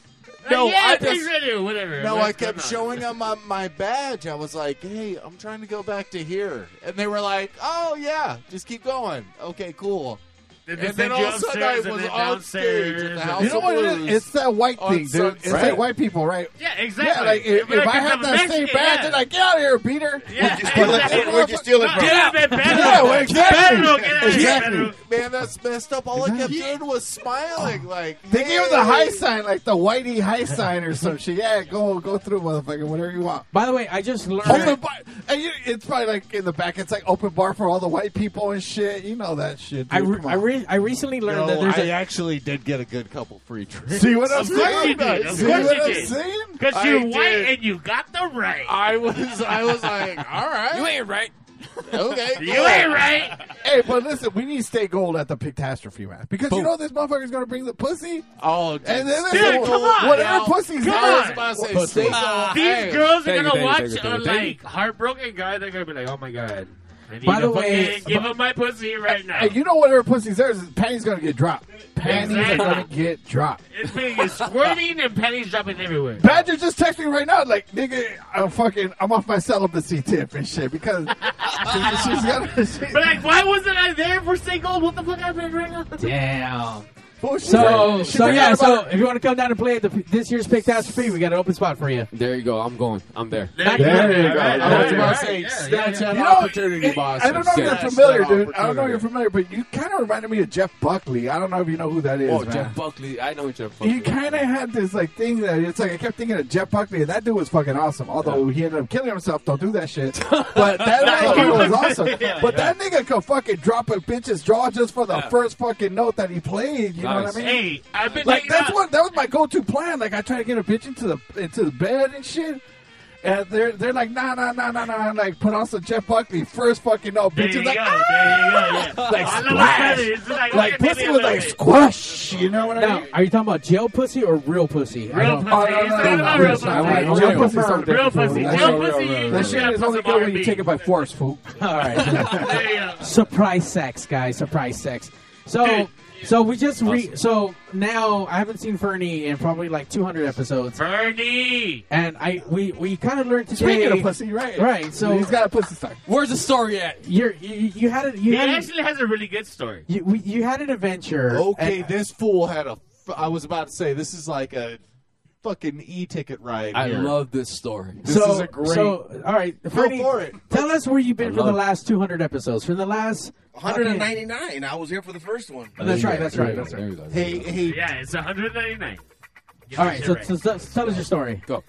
No, yeah, I Pigs just- Radio, whatever. No, What's I kept going on? showing them my, my badge. I was like, hey, I'm trying to go back to here. And they were like, oh, yeah, just keep going. Okay, cool. Did they and then send all you of a sudden I upstairs and was then on stage downstairs at the and- House You know of what it is? Blues. It's that white on thing, dude. It's Sunset. that white people, right? Yeah, Yeah, like, if, if I had that same badge, I'd like, get out of here, Peter. Yeah, Exactly. Where'd you steal it from? Get out. Get Yeah, well, exactly. Exactly. Man, that's messed up. All I kept doing was smiling. Like, Oh. They hey. gave him the high sign, like the whitey high sign or some shit. Yeah, go go through, motherfucker, whatever you want. By the way, I just learned. Open bar, and you, it's probably like in the back. It's like open bar for all the white people and shit. You know that shit. Dude. I, re- I really I, I recently learned that No, there's I a actually did get a good couple free drinks. See what I'm See saying? what I'm Of course saying? See you what I'm did. saying? Because I you're white did. and you got the right. I was, I was like, all right, you ain't right. okay, You ain't right. Hey, but listen, we need to stay gold at the catastrophe, man. Because you Boom. know this motherfucker's gonna bring the pussy. Oh, And then dude, there's come on, whatever y'all. pussy's Come there. on. I was about to say, Pussy. stay gold. These Uh, Hey. girls are Thank you, gonna thank you, watch thank you, a thank you, thank like heartbroken guy. They're gonna be like, oh my god. I need By to the way- fucking give him my pussy right now. Hey, you know whatever pussy's there is, panties gonna get dropped. Panties are gonna get dropped. It's being it's squirting and pennies dropping everywhere. Badger just texted me right now, like, nigga, I'm fucking, I'm off my celibacy tip and shit because she- she's got a But like, why wasn't I there for Stay Gold? What the fuck happened right now? Damn. Bullshit. So, She so forgot yeah, so about it. if you want to come down and play at the, this year's Pick That's Free, we got an open spot for you. There you go. I'm going. I'm there. There you There go. you go. Right, I was right, about right. to say, Yeah, snatch yeah, that yeah. opportunity, boss. I don't know if Snatch you're familiar, that dude. I don't know if opportunity. you're familiar, but you kind of reminded me of Jeff Buckley. I don't know if you know who that is. Oh, man. Jeff Buckley. I know Jeff Buckley. He kind of had this like thing that it's like I kept thinking of Jeff Buckley, and that dude was fucking awesome. Although he ended up killing himself, don't do that shit. But that motherfucker was awesome. Yeah, but that nigga could fucking drop a bitch's jaw just for the Yeah. first fucking note that he played. You know what I mean? Hey, I've been like taking that's out- what that was my go-to plan. Like I try to get a bitch into the into the bed and shit. And they're they're like nah nah nah nah nah like put on some Jeff Buckley first fucking no There bitches you like go, ah! there you go, yeah. like I love splash it. It's like, like, look at me pussy a was little like bit. squash you know what I Now, mean Oh, are you talking about jail pussy or real pussy? I Real don't- pussy. He's talking about real pussy. Real pussy is something Real different, fool. pussy. That's Real pussy. real, real, real. you That just shit gotta is put only some good when R&B. you take it by force fool All right. Surprise sex, guys. Surprise sex. So, so we just re. So now I haven't seen Fernie in probably like 200 episodes. Fernie. And I we we kind of learned today. Speaking of pussy, right. Right. So He's got a pussy stock. Where's the story at? You're, you you had it. You He had an- actually has a really good story. you, we- you had an adventure. Okay, and- this fool had a. f- I was about to say this is like a fucking e-ticket ride. I here. love this story. This so, is a great. So, all right, Fernie, for it. Tell us where you've been I for the love it. last 200 episodes. For the last 199. I was here for the first one. Oh, That's right. That's right. That's right. Hey, hey. Yeah, it's 199. All right. So, so, so tell us your story. Go.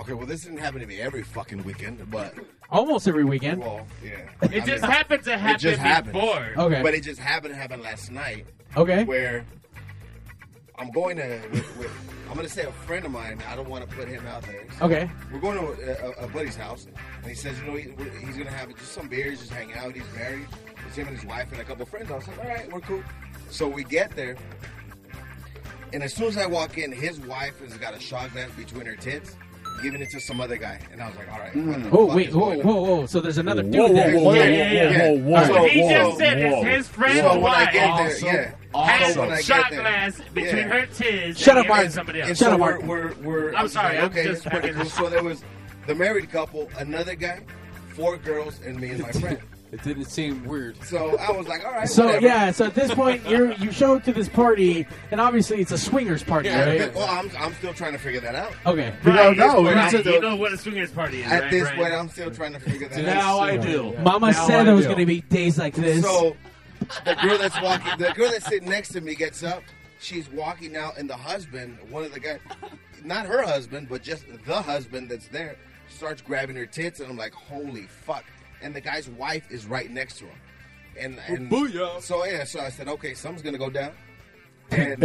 Okay, well, this didn't happen to me every fucking weekend, but Almost every weekend. well, yeah. It just happened to happen It just happened. before. Okay. But it just happened to happen last night. Okay. Where I'm going to, with, with, I'm going to say a friend of mine. I don't want to put him out there. Okay. We're going to a, a, a buddy's house, and he says, you know, he, we're- he's going to have just some beers, just hang out. He's married. It's him and his wife and a couple of friends. I was like, all right, we're cool. So we get there, and as soon as I walk in, his wife has got a shot glass between her tits, giving it to some other guy. And I was like, all right. what the Oh fuck wait, is whoa, going on? whoa, whoa! So there's another dude Whoa, there. whoa, whoa, Yeah, Hmm. yeah, yeah, yeah. whoa, whoa, All right. whoa, He just whoa, said it's whoa. His friend So when I wife get there, yeah. has Awesome. When I a get shot there. glass between Yeah. her tits. Shut and giving up, it to Martin. Somebody else. And so we're, we're, we're, I'm sorry. like, I'm okay, just that's pretty fucking- cool. So there was the married couple, another guy, four girls, and me and my friend. It didn't seem weird. So I was like, all right. So whatever. yeah, so at this point you you show up to this party, and obviously it's a swingers party, Yeah, right? but- well, I'm, I'm still trying to figure that out. Okay. You don't know. Right, It's just you a- know what a swingers party is. At right, this right? point, I'm still trying to figure that Now out. I do. Mama Now said I there was do. going to be days like this. So the girl that's walking, the girl that's sitting next to me gets up. She's walking out, and the husband, one of the guys, not her husband, but just the husband that's there, starts grabbing her tits, and I'm like, holy fuck! And the guy's wife is right next to him. And, and Booyah. so yeah, so I said, okay, something's gonna go down.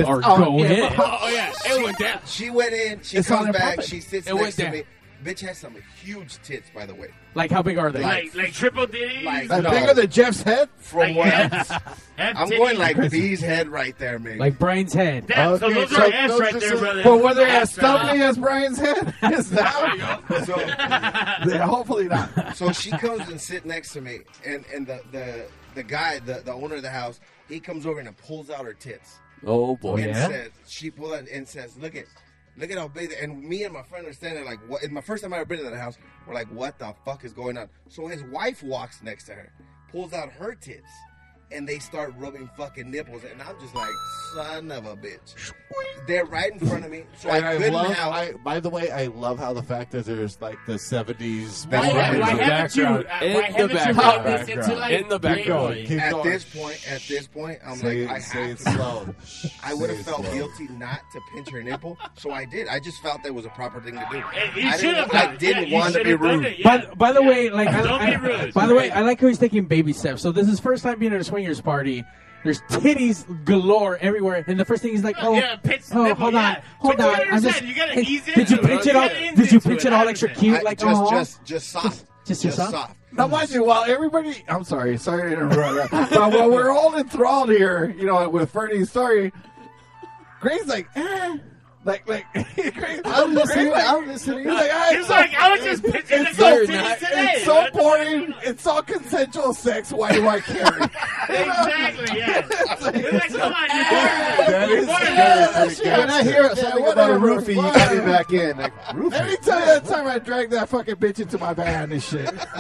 Or go in. Oh, yeah. It went down. She went in. She It's on comes her back. puppet. She sits It next went to down. me. Bitch has some huge tits, by the way. like how big are they? Like, like triple D. Like, Like, no. bigger than Jeff's head Like From what F- F I'm titties. going like B's head right there, man. Like Brian's head. That- so those are F's right there, brother. But were they as F's uh, right there. stumpy as Brian's head? Is that? So, Yeah, hopefully not. so she comes and sit next to me, and and the the the guy, the the owner of the house, he comes over and pulls out her tits. Oh, boy. and says she pulled out and says, "Look at, look at how big." the-" And me and my friend are standing like, "What?" It's my first time I ever been to that house. We're like, "What the fuck is going on?" So his wife walks next to her, pulls out her tits, and they start rubbing fucking nipples, and I'm just like, "Son of a bitch!" They're right in front of me, so And I I couldn't love. help. I, by the way, I love how the fact that there's like the '70s. Why- background why in the haven't you- background. uh, why haven't you background. made this into, Background. like, In the background. Keep going. Keep at going. this point, at this point, I'm Say like, I it- say have it to. slow. I would have Say it felt slow. guilty not to pinch her nipple, so I did. I just felt that was a proper thing to do. you I should have didn't, done I it. didn't Yeah, you want to should be have done rude. it. By, by the way, like I, Don't I- be rude. By the way, I like how he's taking baby steps. So this is first time being at a swingers party, There's titties galore everywhere, and the first thing he's like, "Oh, yeah, pitch the oh, nipple, hold yeah. on, hold But you on." I'm understand, just, you gotta and ease did you into it. pitch it You all? gotta ease Did you into pitch it. it all extra cute? I- Like, just, uh-huh? aw? just, just soft. Just yourself? Now, mind you, while everybody, I'm sorry, sorry to interrupt, but while we're all enthralled here, you know, with Fernie's story, Gray's like, eh. Like, like, I'm listening, I'm listening. He's like, He's like, I was just pitching it's the so, goat it's today. so boring. It's all consensual sex. Why do I care? exactly. Yeah. It's like, come on, you that is When I hear it, something about a roofie, you got me back in. Like, Let me tell you that time I dragged that fucking bitch into my van and shit.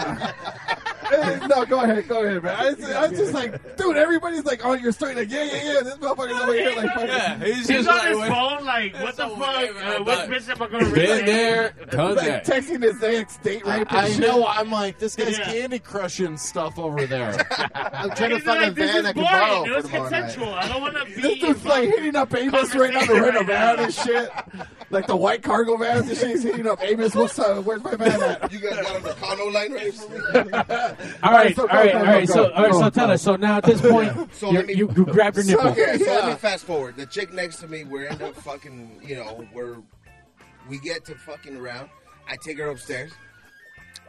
no, go ahead, go ahead, man. I was, I was just like, dude, everybody's like oh, on your story, like, yeah, yeah, yeah, this motherfucker's over here, like, fucking. He's, on his phone, like, what the fuck? Uh, what bitch am I gonna Been raise? there, done that. like texting his ex date I, rape. and I shit. know. I'm like this guy's Yeah. candy crushing stuff over there. I'm trying to He's find a like, this van is I can boring, borrow dude, for it's tomorrow night. consensual. I don't want to be. This dude's like hitting up Amos right now to rent a van and shit. Like the white cargo vans and shit. He's hitting up Amos. What's up? Where's my van at? You guys got on the condo line ready for me? All right, so all go, right, go, all go, right. go, So, go, all right. So go. tell us. So now at this point, So you're- let me- you you grabbed your So- nipple. Okay, so let me fast forward. The chick next to me, we're end up fucking, you know, we're we get to fucking around. I take her upstairs.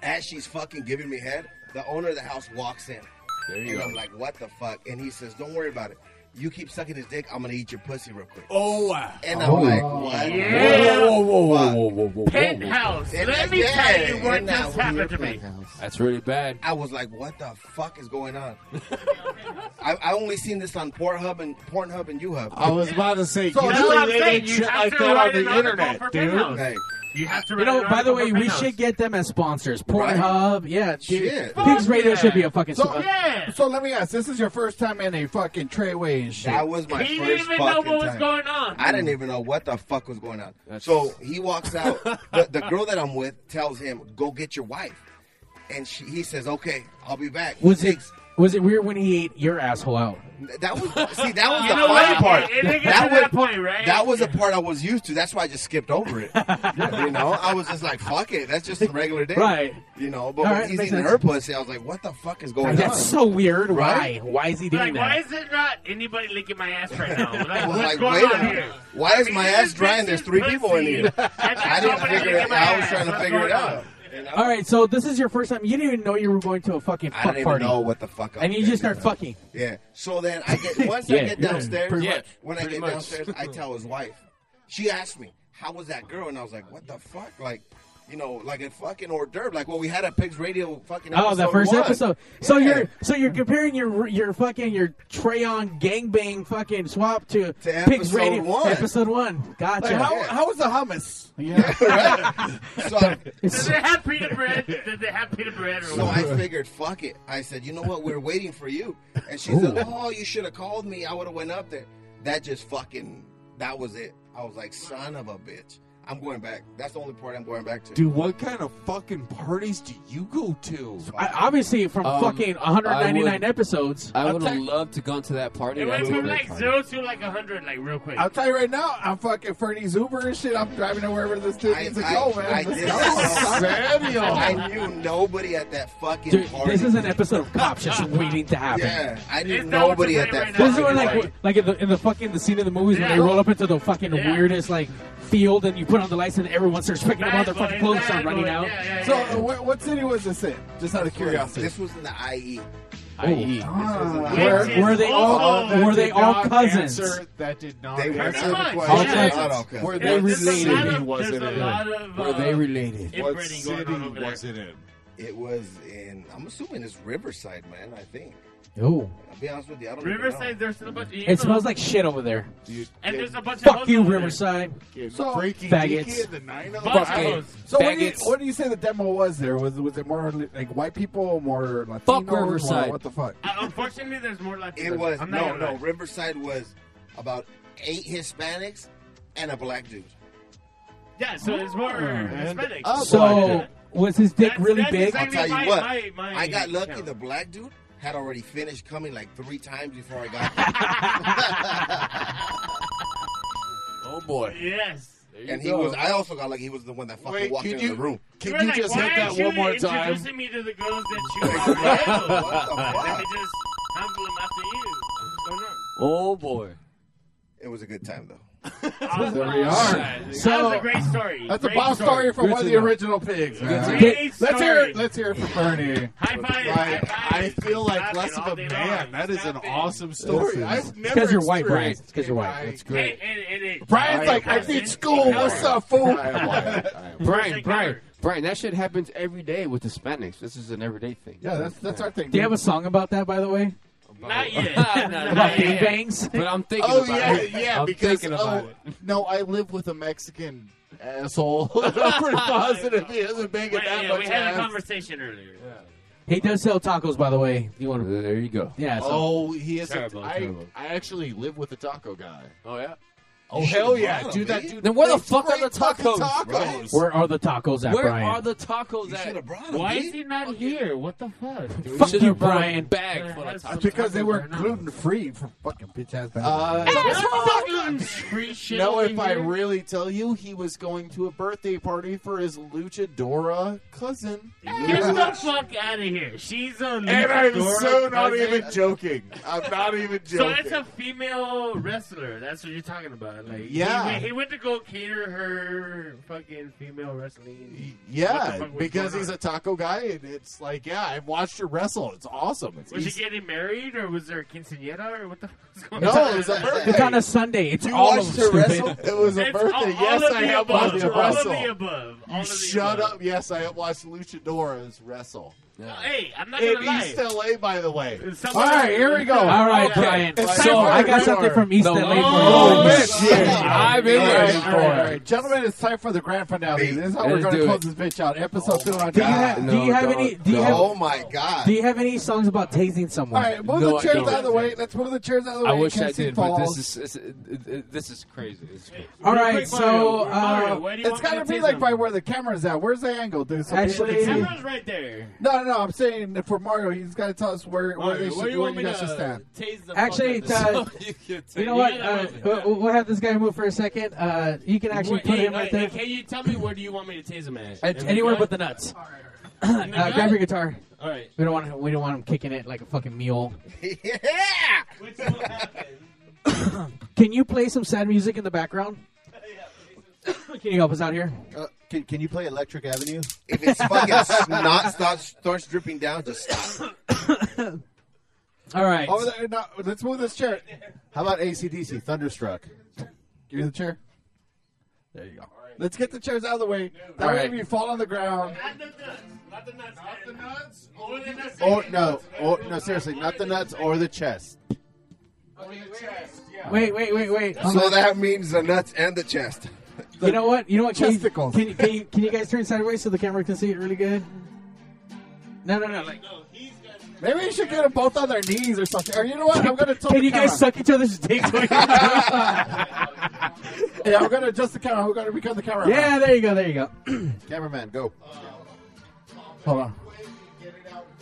As she's fucking giving me head, the owner of the house walks in. There you and go. I'm like, what the fuck? And he says, Don't worry about it. You keep sucking his dick, I'm gonna eat your pussy real quick. Oh wow. And I'm Oh. like, what? Yeah. Whoa, whoa, whoa, whoa, whoa, whoa, Penthouse. And Let I- me tell you yeah, what and I just was happened to me. That's really bad. I was like, "What the fuck is going on?" I, I only seen this on Pornhub and Pornhub and YouHub. I was about to say, So you that's know what I'm they saying. didn't You shit have like to that write on an the article internet, for dude. Penthouse. Hey. You have to. You know, write by an article the way, for we Penthouse. should get them as sponsors. Right. Pornhub, yeah, dude. Shit. Pigs Radio should be a fucking. So, sponsor. so let me ask, this is your first time in a fucking trayway and shit. That was my He first didn't even know fucking what was time. going on. I didn't even know what the fuck was going on. So he walks out. the, the girl that I'm with tells him, "Go get your wife," and she, he says, "Okay, I'll be back." Was it was it weird when he ate your asshole out? That was see that was You the know fun what? part. It- it didn't get to was, that point, right? that was the part I was used to. That's why I just skipped over it. you know, I was just like, "Fuck it, that's just a regular day." Right. You know, but All when right, he's makes eating sense. her pussy, I was like, "What the fuck is going on?" That's so weird. Why? Right? Why is he doing Like, why that? is it not anybody licking my ass right now? Like, I was what's like, going wait on a minute. here? Why is my ass dry and there's three people in here? I didn't figure it out. I was trying to figure it out. All right, so this is your first time. You didn't even know you were going to a fucking fuck I didn't even party. know what the fuck. I and was you just getting start into. fucking. Yeah. So then I get once Yeah, I get yeah, downstairs, pretty much. when I Pretty get much. downstairs, I tell his wife. She asked me, "How was that girl?" And I was like, "What the fuck?" Like, you know, like a fucking hors d'oeuvre. Like what we had at Pigs Radio. Fucking Oh, the episode first one. episode. So Yeah. you're so you're comparing your your fucking your Trayon gangbang fucking swap to, To Pigs episode Radio one. episode one. Gotcha. Like, how, how was the hummus? Yeah. Did they have peanut bread? Did they have peanut bread? Or So I figured, fuck it. I said, you know what? We're waiting for you. And she said, oh, you should have called me. I would have went up there. That just fucking, that was it. I was like, son of a bitch. I'm going back. That's the only part I'm going back to. Dude, what kind of fucking parties do you go to? I, obviously, from Um, fucking 199 I would- episodes, I would have loved to gone to that party. It That went was a from great like party. zero to like a hundred, like real quick. I'll tell you right now, I'm fucking Fernie's Uber and shit. I'm driving to wherever this dude needs to I, go, man. I, Let's did go. not know. Samuel. I knew nobody at that fucking Dude, party. this is an episode of Cops just waiting to happen. Yeah, I knew It's not what nobody you're at that playing right now. fucking This is when, like, party. w- like in the, in the fucking the scene of the movies when Yeah. they roll up into the fucking Yeah. weirdest like field and you put on the lights and everyone starts picking up all Bad their boy, fucking clothes and start bad running boy, out. yeah, yeah, So, uh, wh- what city was this in? Just out of curiosity. This was in the E. IE. IE. Ah. Where- E. Which is Oh, were they all- also- were they did all not cousins? E. Answer, that did not They were answer the not. question. All Yeah. cousins. Not all cousins. Were Yeah, they there's a lot related? of- was it there's a in? lot of, were they uh, related? inbreeding What going on city over there. was it in? It was in, I'm assuming it's Riverside, man, I think. Ooh. I'll be honest with you, I don't even know. Riverside, there's still a bunch. Of, you It smells know, like shit over there. And there's a bunch of Fuck hoes you, over there. Riverside. So- freaky Faggots. Fuck Fucking hoes. So what do, you, faggots. what do you say the demo was there? Was was it more like white people, more Latino? more Riverside. What the fuck? Uh, unfortunately, there's more Latinos. It was I'm not no, gonna no. lie. Riverside was about eight Hispanics and a black dude. Yeah, so Oh, it's more And Hispanic. a Oh, So was his dick really that's big? Oh, I'll exactly tell my- you what. my- my I got lucky. account. The black dude had already finished coming like three times before I got there, Oh boy. Yes. and he was. I also got lucky. He was the one that fucking Wait, walked could into you- the room. Can were you like, just why hit aren't that you one more time? Introducing me to the girls that you are. with? What the Let fuck? me just humble them after you. What's going on? Oh boy. It was a good time though. There we are. So- That was a great story. That's Great a bomb story. story from Good one of to the know. original pigs. Good man. to know. Great Let's hear story. it. Let's hear it for Bernie. High five, Like, high I five. feel like Clap less it of all a day man. long. That is an awesome This story. is- I've it's never 'cause you're white, Brian. experienced- It's 'cause you're white. That's great. Brian's like, I did school. What's up, fool? Brian, Brian, Brian, that shit happens every day with Hispanics. This is an everyday thing. Yeah, that's that's our thing. Do you have a song about that, by the way? Not yet. About gangbangs? But I'm thinking oh, about yeah, it. yeah, I'm because thinking about oh, it. no, I live with a Mexican asshole. I'm pretty positive he hasn't Wait, been that yeah, much we had ass. a conversation earlier. He does sell tacos, by the way. You want to? There you go. Yeah. So Oh, he is. A, Terrible, I, terrible. I actually live with a taco guy. Oh yeah. Oh You hell should yeah, run dude! him, That man. dude. Then where the makes fuck are great the fucking tacos, tacos? where are the tacos at, Where Brian? are the tacos at? Why is he not here? What the fuck? Fuck you, Brian. Bag full of It's tacos. because they were gluten free for fucking bitch ass Uh, No, No, if I really tell you, he was going to a birthday party for his luchadora cousin. Get the fuck out of here. She's a And I'm luchadora so not cousin. even joking. I'm not even So joking. it's a female wrestler. That's what you're talking about. Like, he Yeah. went- he, went to go cater her fucking female wrestling. What the yeah, fuck was because going he's on? a taco guy, and it's like, yeah, I've watched her wrestle. It's awesome. It's Was easy. she getting married, or was there a quinceanera, or what the fuck was going No, on? it was a birthday. It's on a Sunday. It's all of them, stupid. It was a It's birthday. all- all yes, of I the have above. watched her All of wrestle. the above. All you of the shut above. up. Yes, I have watched luchadoras wrestle. Hey, I'm not In gonna lie. East LA, by the way. All right, here we go. All right, Okay. Brian. It's So time for I got the something door. from East The LA. long for you. bitch. I've been waiting for it. Gentlemen, it's time for the grand finale. This is how Let's we're going do to it. close this bitch out. Episode 200. Do you have? Do you have any? Do you have? Oh, my God. Do you have any songs about tasing All someone? right, move the chairs out of the way. Let's move the chairs out of the way. I wish Can't I see did, but balls. this is it's, it, it, this is crazy. It's crazy. All right, so Mario, uh, where do you it's got to be like by where the camera's at. Where's the angle, dude? So Actually- people The can see. camera's right there. No, no, no. I'm saying that for Mario, he's got to tell us where where, they should, where, you guys should stand. Actually, uh, you, know what? Uh, we'll- we'll have this guy move for a second. Uh, you can actually Wait, put hey, him right hey, there. Can you tell me where do you want me to tase him at? At- In the anywhere gut? but the nuts. uh, grab your guitar. All right. We don't want him, we don't want him kicking it like a fucking mule. Can you play some sad music in the background? Can you help us out here? Uh, can, can you play Electric Avenue? If it's fucking snot starts, starts dripping down, just stop. All right. Over there, no, let's move this chair. How about ACDC, Thunderstruck? Give me the chair. There you go. Let's get the chairs out of the way. That way, right. if you fall on the ground, Not the nuts. Not the nuts. Not the nuts. Only the nuts. Oh, Or no, or no, seriously, not the nuts or the chest. Wait, wait, wait, wait. Hold So on. that means the nuts and the chest. you know what? You know what? Can you, can, you, can, you, can you guys turn sideways so the camera can see it really good? No, no, no. Like, maybe you should get them both on their knees or something. Or you know what? I'm gonna. tilt can the you guys camera. suck each other's dicks? Yeah, I'm gonna adjust the camera. I'm gonna become the camera. yeah, there you go. There you go. Cameraman, go. Hold on.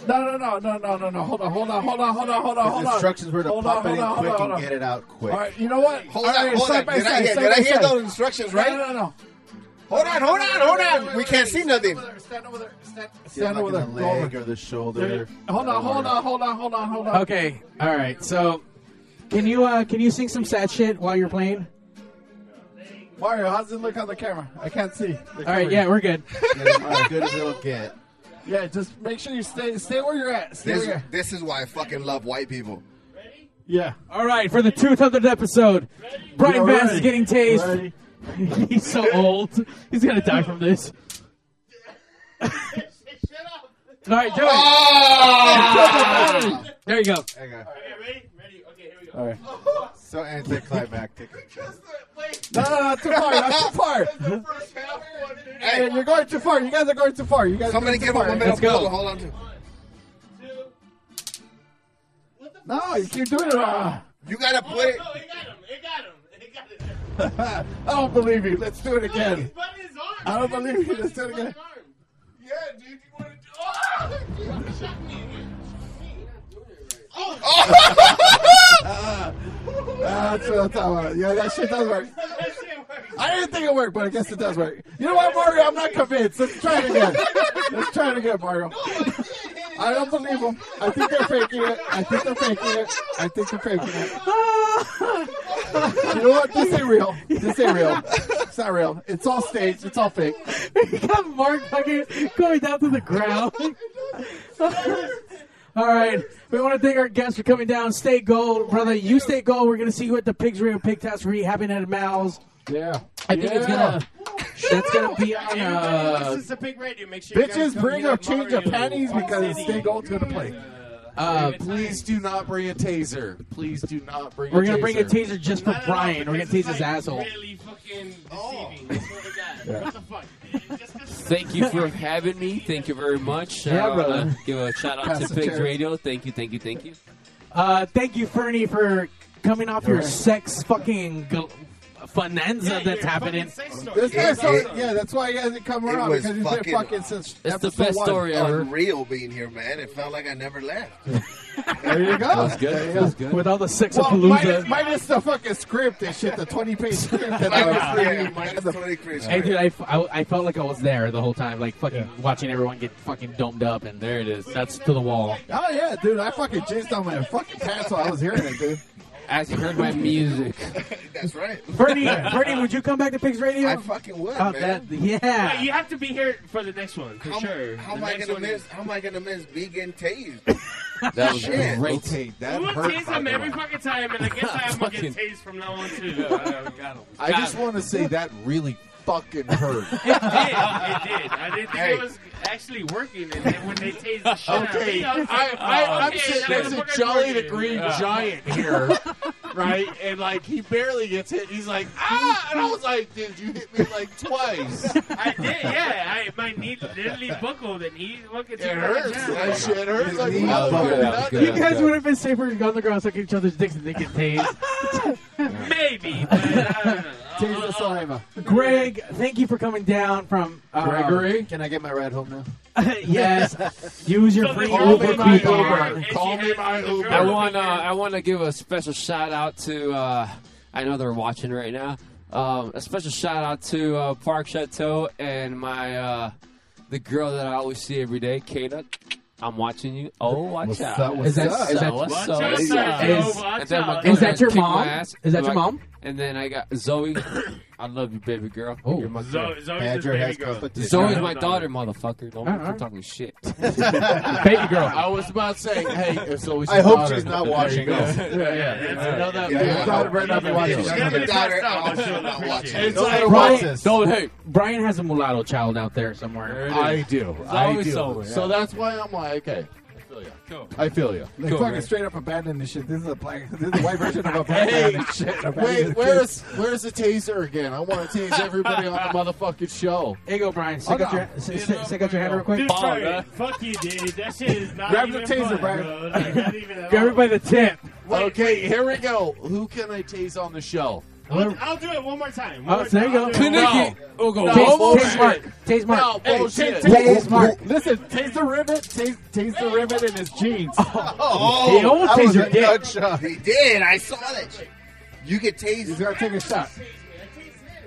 No, no, no, no, no, no, no. Hold on, hold on, hold on, hold on, hold on, His hold on. instructions were to Hold pop on, it in hold on, quick hold on, and hold get it out quick. on. All right, you know what? Hold All on, right, hold side on. by Did I side, hear- side did I by hear side. those instructions, right? No, no, no. Hold on, hold on, hold on. we can't see nothing. Stand over there. Stand, Get stand like over in there. the Go over. leg or the shoulder. Hold on, hold on, hold on, hold on, hold on. Okay. All right. So, can you uh, can you sing some sad shit while you're playing? Mario, how's it look on the camera? I can't see. All right. Yeah, we're good. As good as it'll get. Yeah, just make sure you stay stay where you're at. Stay where This, you're at. this is why I fucking love white people. Yeah. All right. For the 200th episode, Brian You're Vance is ready. getting tased. Ready? He's so old. He's gonna die from this. All right, do it. Ah! Oh! There you go. There you go. All right. So anticlimactic. No, no, not too far. Not too far. Hey, you're going too far. You guys are going too far. You guys. Somebody are going too give him far. a middle pull. Hold on to. No, you keep doing it. Ah. You gotta play. I don't believe you. Let's do it again. I don't believe you. Let's do it again. Yeah, dude, you wanna do? Oh, dude, shot me. Oh! Ah, That's what I'm talking about. Yeah, that shit does work. I didn't think it worked, but I guess it does work. You know what, Mario? I'm not convinced. Let's try it again. Let's try it again, Mario. I don't believe them. I think they're faking it. I think they're faking it. I think they're faking it. Ah! you know what? This ain't real. This ain't real. It's not real. It's all staged. It's all fake. you got Mark fucking going down to the ground. All right. We want to thank our guests for coming down. Stay gold, brother. You stay gold. We're going to see you at the Pigs Rio Pig Test Re Happy at Mal's. Yeah. I think it's going to that's going to be on uh, This is a big radio. Make sure Bitches, bring a change of panties because Stay Gold's going to play. Uh, please do not bring a taser. Please do not bring. We're a gonna taser. bring a taser just for Brian. We're gonna tase his asshole. Thank you for having me. Thank you very much. Yeah, uh, brother. Give a shout out Pass to the Pigs chair. Radio. Thank you, thank you, thank you. Uh, thank you, Fernie, for coming off your Alright. sex fucking go- finanza that's happening. This guy saw- yeah, that's why he hasn't come It around was because he's been fucking- fucking since episode one. Unreal being here, man. It felt like I never left. There you go. There you go. With all the sex Well, minus, palooza. minus the fucking script and shit, the 20 page script. That I was reading. Hey, dude, I, f- I, I felt like I was there the whole time, like fucking watching everyone get fucking domed up, and there it is. That's to the wall. Oh, yeah, dude. I fucking jizzed on my fucking pants while I was hearing it, dude. As you heard my music. That's right. Bernie, Bernie, would you come back to Pigs Radio? I fucking would, man. yeah. Wait, you have to be here for the next one for How, sure. how The am I next gonna one miss? is- How am I gonna miss vegan tased? That was Shit. great tape. That You would hurt tase by him the every way. fucking time, and I guess I'm gonna get tased from now on too. I got him. I just want to say that really fucking hurt. It did. I didn't think Hey. it was actually working, and then when they tased the shit out of me, Okay, I was like, "Oh, I, I, I'm okay, sitting that next to motherfucker's Jolly the working. Green Yeah. Giant here, right? And like he barely gets hit. He's like ah, and I was like, dude, you hit me like twice. I did, yeah. I, my knee literally buckled, and he fucking It hurts. That shit hurts like knee motherfucker. you guys would have been safer if you got on the ground sucking each other's dicks and they get tased. Maybe. Taste the saliva. Um, Greg, thank you for coming down from uh, Can I get my ride home now? yes. Use your free Uber coupon. Call me my Uber. I want uh, I want to give a special shout out to uh, I know they're watching right now. Um, a special shout out to uh, Park Chateau and my uh, the girl that I always see every day, Kata. I'm watching you. Oh, watch What's out! up, what's Is that- up? is that- what's Watch up? out, What's up? Sergio, Is- watch and then my out. girl Is that your kicked my mom? ass. Is that your Like- mom? And then I got Zoe. I love you, baby girl. Oh. You're my Zo- girl. Zoe's his baby girl. Zoe's my daughter, motherfucker. Don't keep talking shit. Uh-huh. baby girl. I was about to say, hey, it's always. I your hope daughter. she's not There you watching go. this. Yeah, yeah. Yeah, Know that- Yeah. It's Don't like watch Brian, this. no, hey, Brian has a mulatto child out there somewhere. I do. I do. So that's why I'm like, okay. I feel you. They Cool, fucking man. straight up abandoned this shit. This is a black, this is a white version of a black man and shit. Abandoned Wait, the where's kids. where's the taser again? I want to tase everybody on the motherfucking show. Here you go, Brian. Stick out your, stick, stick- stick out your hand real quick. Dude, Brian, fuck you, dude. That shit is not Grab even the taser, fun, Brian. bro. Like, not even at Grab all. it by the tip. okay, here we go. Who can I tase on the show? I'll, I'll do it one more time. One Oh, more there you time. go. I'll do it. Tanuki. No. Ugo. No, Tase- bullshit. tase Mark. Tase Mark. No, Hey, bullshit. tase- tase- Tase Mark. Listen, tase the ribbon. Tase, tase the ribbon in his jeans. Oh, Oh, almost that tased was your a dick. gunshot. He did. I saw that shit. You could tase. He's gonna take a shot.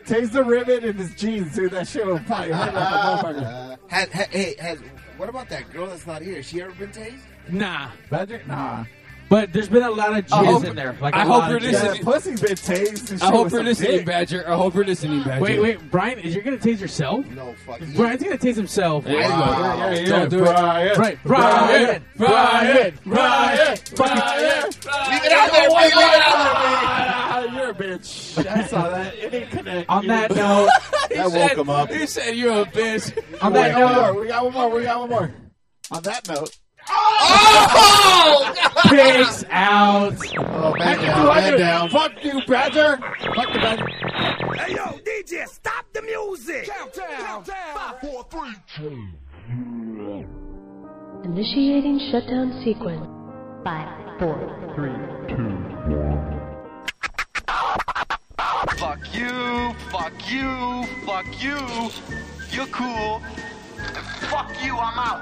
Tase the ribbon in his jeans, dude. That shit will probably hurt like a motherfucker. Has, ha, hey, has what about that girl that's not here? Has she ever been tased? Nah. Magic? Nah. But there's been a lot of I hope- jizz in there. Like I a hope lot you're of jizz. listening. That pussy's been tased. And I shit hope with you're some listening, dick. Badger. I hope you're listening, Badger. Wait, wait, Brian, is you're gonna tase yourself? No, fuck. Brian's gonna tase himself. There you go. Wow. Yeah, yeah, Don't do Brian. it. Right, Brian. Brian, Brian. Brian, Brian. Brian. Brian. Leave it out there, baby. Leave it out there, baby. You're a bitch. I saw that. It didn't connect. On that note, That woke him up. He said, "You're a bitch." On that note, we got one more. We got one more. On that note. Pigs out. Oh, man down, man Fuck you, Badger. down. Fuck you, Badger. Fuck the Badger. Hey yo, DJ, stop the music! Countdown! Countdown! Five, four, three, two. Initiating shutdown sequence. Five, four, Fuck you, fuck you, fuck you. You're cool. Fuck you, I'm out.